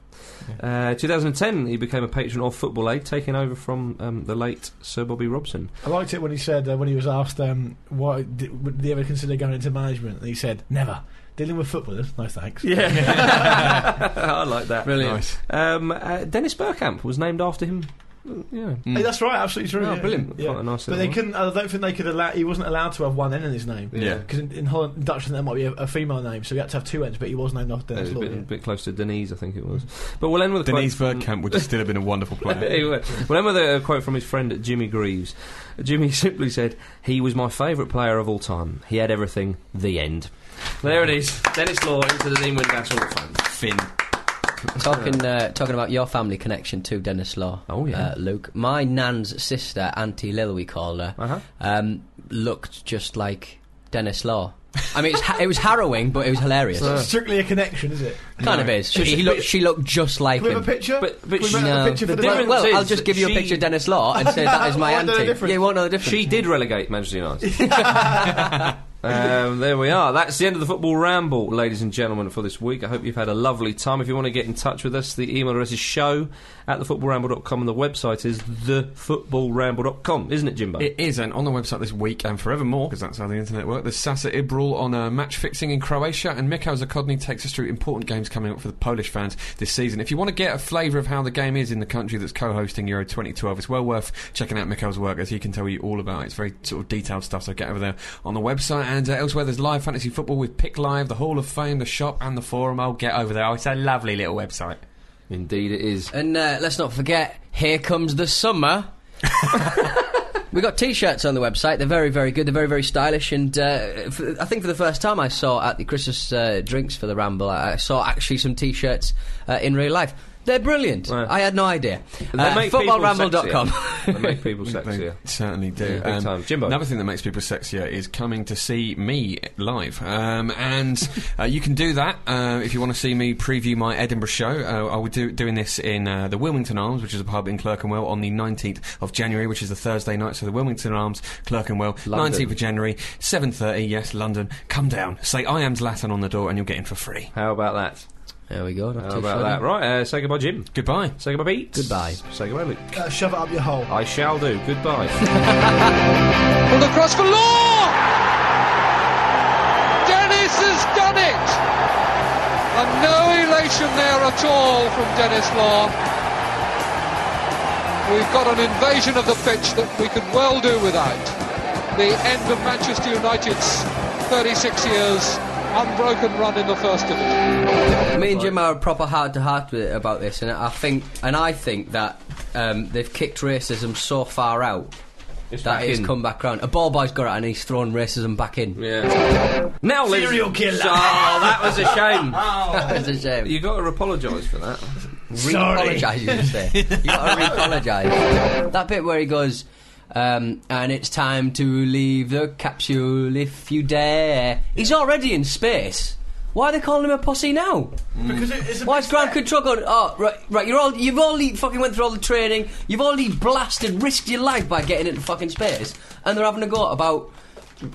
Speaker 3: Uh, 2010, he became a patron of Football Aid, taking over from um, the late Sir Bobby Robson.
Speaker 1: I liked it when he said uh, when he was asked um, why did, would they ever consider going into management, and he said never. Dealing with footballers, no thanks.
Speaker 3: Yeah, I like that.
Speaker 2: Brilliant.
Speaker 4: Nice.
Speaker 3: Um, uh, Dennis Burkamp was named after him. Uh, Yeah,
Speaker 1: Hey, that's right, absolutely true.
Speaker 3: Oh,
Speaker 1: yeah.
Speaker 3: brilliant.
Speaker 1: Yeah.
Speaker 3: Quite a nice
Speaker 1: but
Speaker 3: little
Speaker 1: they
Speaker 3: one.
Speaker 1: couldn't. I don't think they could allow. He wasn't allowed to have one N in his name.
Speaker 4: Yeah.
Speaker 1: Because in, in Holland, in Dutch, there might be a, a female name, so he had to have two N's. But he was named after
Speaker 3: Uh,
Speaker 1: Dennis
Speaker 3: a
Speaker 1: Law.
Speaker 3: bit,
Speaker 1: yeah.
Speaker 3: bit close to Denise, I think it was. But we'll end with a quote-
Speaker 4: Denise Bergkamp would still have been a wonderful player.
Speaker 3: Anyway, well, then with a quote from his friend Jimmy Greaves. Jimmy simply said, "He was my favourite player of all time. He had everything. The end." There it is. Dennis Law into the Dean Windass Hall of Fame.
Speaker 4: Finn.
Speaker 2: Talking uh, talking about your family connection to Dennis Law.
Speaker 3: Oh, yeah.
Speaker 2: uh, Luke. My nan's sister, Auntie Lil, we called her,
Speaker 3: Uh-huh.
Speaker 2: um, looked just like Dennis Law. I mean, it's ha- it was harrowing, but it was hilarious.
Speaker 1: Strictly a connection, is it?
Speaker 2: kind of is. She,
Speaker 1: It's a
Speaker 2: he
Speaker 1: bit-
Speaker 2: looked, she looked just like
Speaker 1: Can we
Speaker 2: him.
Speaker 1: have a picture?
Speaker 3: But- but
Speaker 1: Can we
Speaker 3: she-
Speaker 1: have a
Speaker 2: No.
Speaker 1: picture for
Speaker 3: The
Speaker 1: the
Speaker 3: difference-
Speaker 2: well, I'll
Speaker 3: is
Speaker 2: just
Speaker 3: that
Speaker 2: give you a
Speaker 3: she-
Speaker 2: picture of Dennis Law and say that is my
Speaker 1: I won't know the
Speaker 2: auntie.
Speaker 1: difference.
Speaker 2: Yeah, you won't know the difference.
Speaker 3: She did relegate Manchester United. um, there we are. That's the end of the football ramble, ladies and gentlemen, for this week. I hope you've had a lovely time. If you want to get in touch with us, the email address is show at thefootballramble.com and the website is thefootballramble.com, isn't it, Jimbo?
Speaker 4: It is, and on the website this week and forevermore, because that's how the internet works, there's Sasa Ibrul on uh, match fixing in Croatia, and Mikko Zakodny takes us through important games coming up for the Polish fans this season. If you want to get a flavour of how the game is in the country that's co hosting Euro 2012, it's well worth checking out Mikko's work, as he can tell you all about it. It's very sort of detailed stuff, so get over there on the website. And uh, elsewhere, there's live fantasy football with Pick Live, the Hall of Fame, the shop, and the forum. I'll get over there. Oh, it's a lovely little website.
Speaker 3: Indeed, it is.
Speaker 2: And uh, let's not forget, here comes the summer. we got t-shirts on the website. They're very, very good. They're very, very stylish. And uh, for, I think for the first time, I saw at the Christmas uh, drinks for the Ramble, I I saw actually some t-shirts uh, in real life. They're brilliant.
Speaker 3: Right.
Speaker 2: I had no idea. Uh,
Speaker 3: They make people
Speaker 2: footballramble.com.
Speaker 3: sexier. they make people sexier.
Speaker 4: They certainly do. Um,
Speaker 3: Yeah, big time. Jimbo.
Speaker 4: Another thing that makes people sexier is coming to see me live. Um, and uh, you can do that uh, if you want to see me preview my Edinburgh show. Uh, I will do doing this in uh, the Wilmington Arms, which is a pub in Clerkenwell, on the 19th of January, which is the Thursday night. So the Wilmington Arms, Clerkenwell,
Speaker 3: London.
Speaker 4: 19th of January, 7.30, yes, London. Come down, say I am Zlatan on the door and you'll get in for free.
Speaker 3: How about that?
Speaker 2: there we go. Not
Speaker 3: How
Speaker 2: too
Speaker 3: about
Speaker 2: shabby.
Speaker 3: that? Right, uh, say goodbye, Jim.
Speaker 4: Goodbye.
Speaker 3: Say goodbye, Pete.
Speaker 2: Goodbye.
Speaker 3: Say goodbye, Luke.
Speaker 1: Uh, shove it up your hole.
Speaker 3: I shall do. Goodbye.
Speaker 6: Pulled across for Law! Dennis has done it! And no elation there at all from Dennis Law. We've got an invasion of the pitch that we could well do without. The end of Manchester United's 36 years unbroken run in the first division.
Speaker 2: Me and Jim are proper heart to heart with about this, and I think, and I think that um, they've kicked racism so far out that
Speaker 3: back
Speaker 2: it's
Speaker 3: in.
Speaker 2: come back round. A ball boy's got it, and he's thrown racism back in.
Speaker 3: Yeah. Now, ladies-
Speaker 1: Serial killer.
Speaker 3: Oh, that was a shame.
Speaker 2: That's a shame.
Speaker 3: you got to apologise for that.
Speaker 1: Sorry.
Speaker 2: Apologise, you just say. You gotta re-apologise. That bit where he goes, um, and it's time to leave the capsule if you dare. He's already in space. Why are they calling him a pussy now?
Speaker 3: Mm.
Speaker 1: Because it, it's a
Speaker 2: Why is Grant Control going? Oh, right, right. You're all. You've already fucking went through all the training. You've already blasted, risked your life by getting into fucking space, and they're having a go about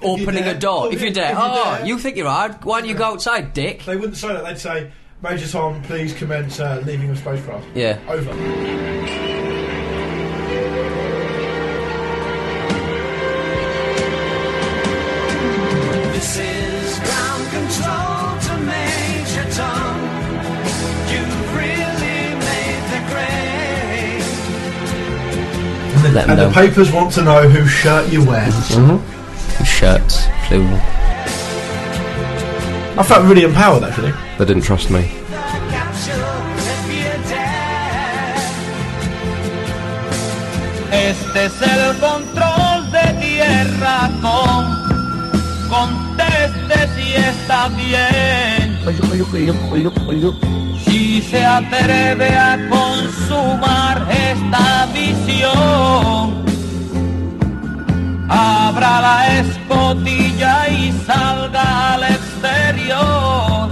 Speaker 2: opening
Speaker 1: dare.
Speaker 2: a door
Speaker 1: Oh,
Speaker 2: if
Speaker 1: yeah,
Speaker 2: you dare.
Speaker 1: if you
Speaker 2: oh,
Speaker 1: dare.
Speaker 2: you think you're hard? Why don't you go outside, dick?
Speaker 1: They wouldn't say that. They'd say, Major Tom, please commence uh, leaving the spacecraft.
Speaker 2: Yeah.
Speaker 1: Over.
Speaker 7: This is ground control to Major Tom. You've really made the grade.
Speaker 1: And, the,
Speaker 2: Let 'em
Speaker 1: and the
Speaker 2: know.
Speaker 1: papers want to know whose shirt you wear.
Speaker 2: Mm-hmm. Shirts, plural.
Speaker 1: I felt really empowered, actually.
Speaker 3: They didn't trust me.
Speaker 7: The capsule, if you dare. Este es el control de tierra, Tom. Conteste si está bien. Si se atreve a consumar esta visión, abra la escotilla y salga al exterior.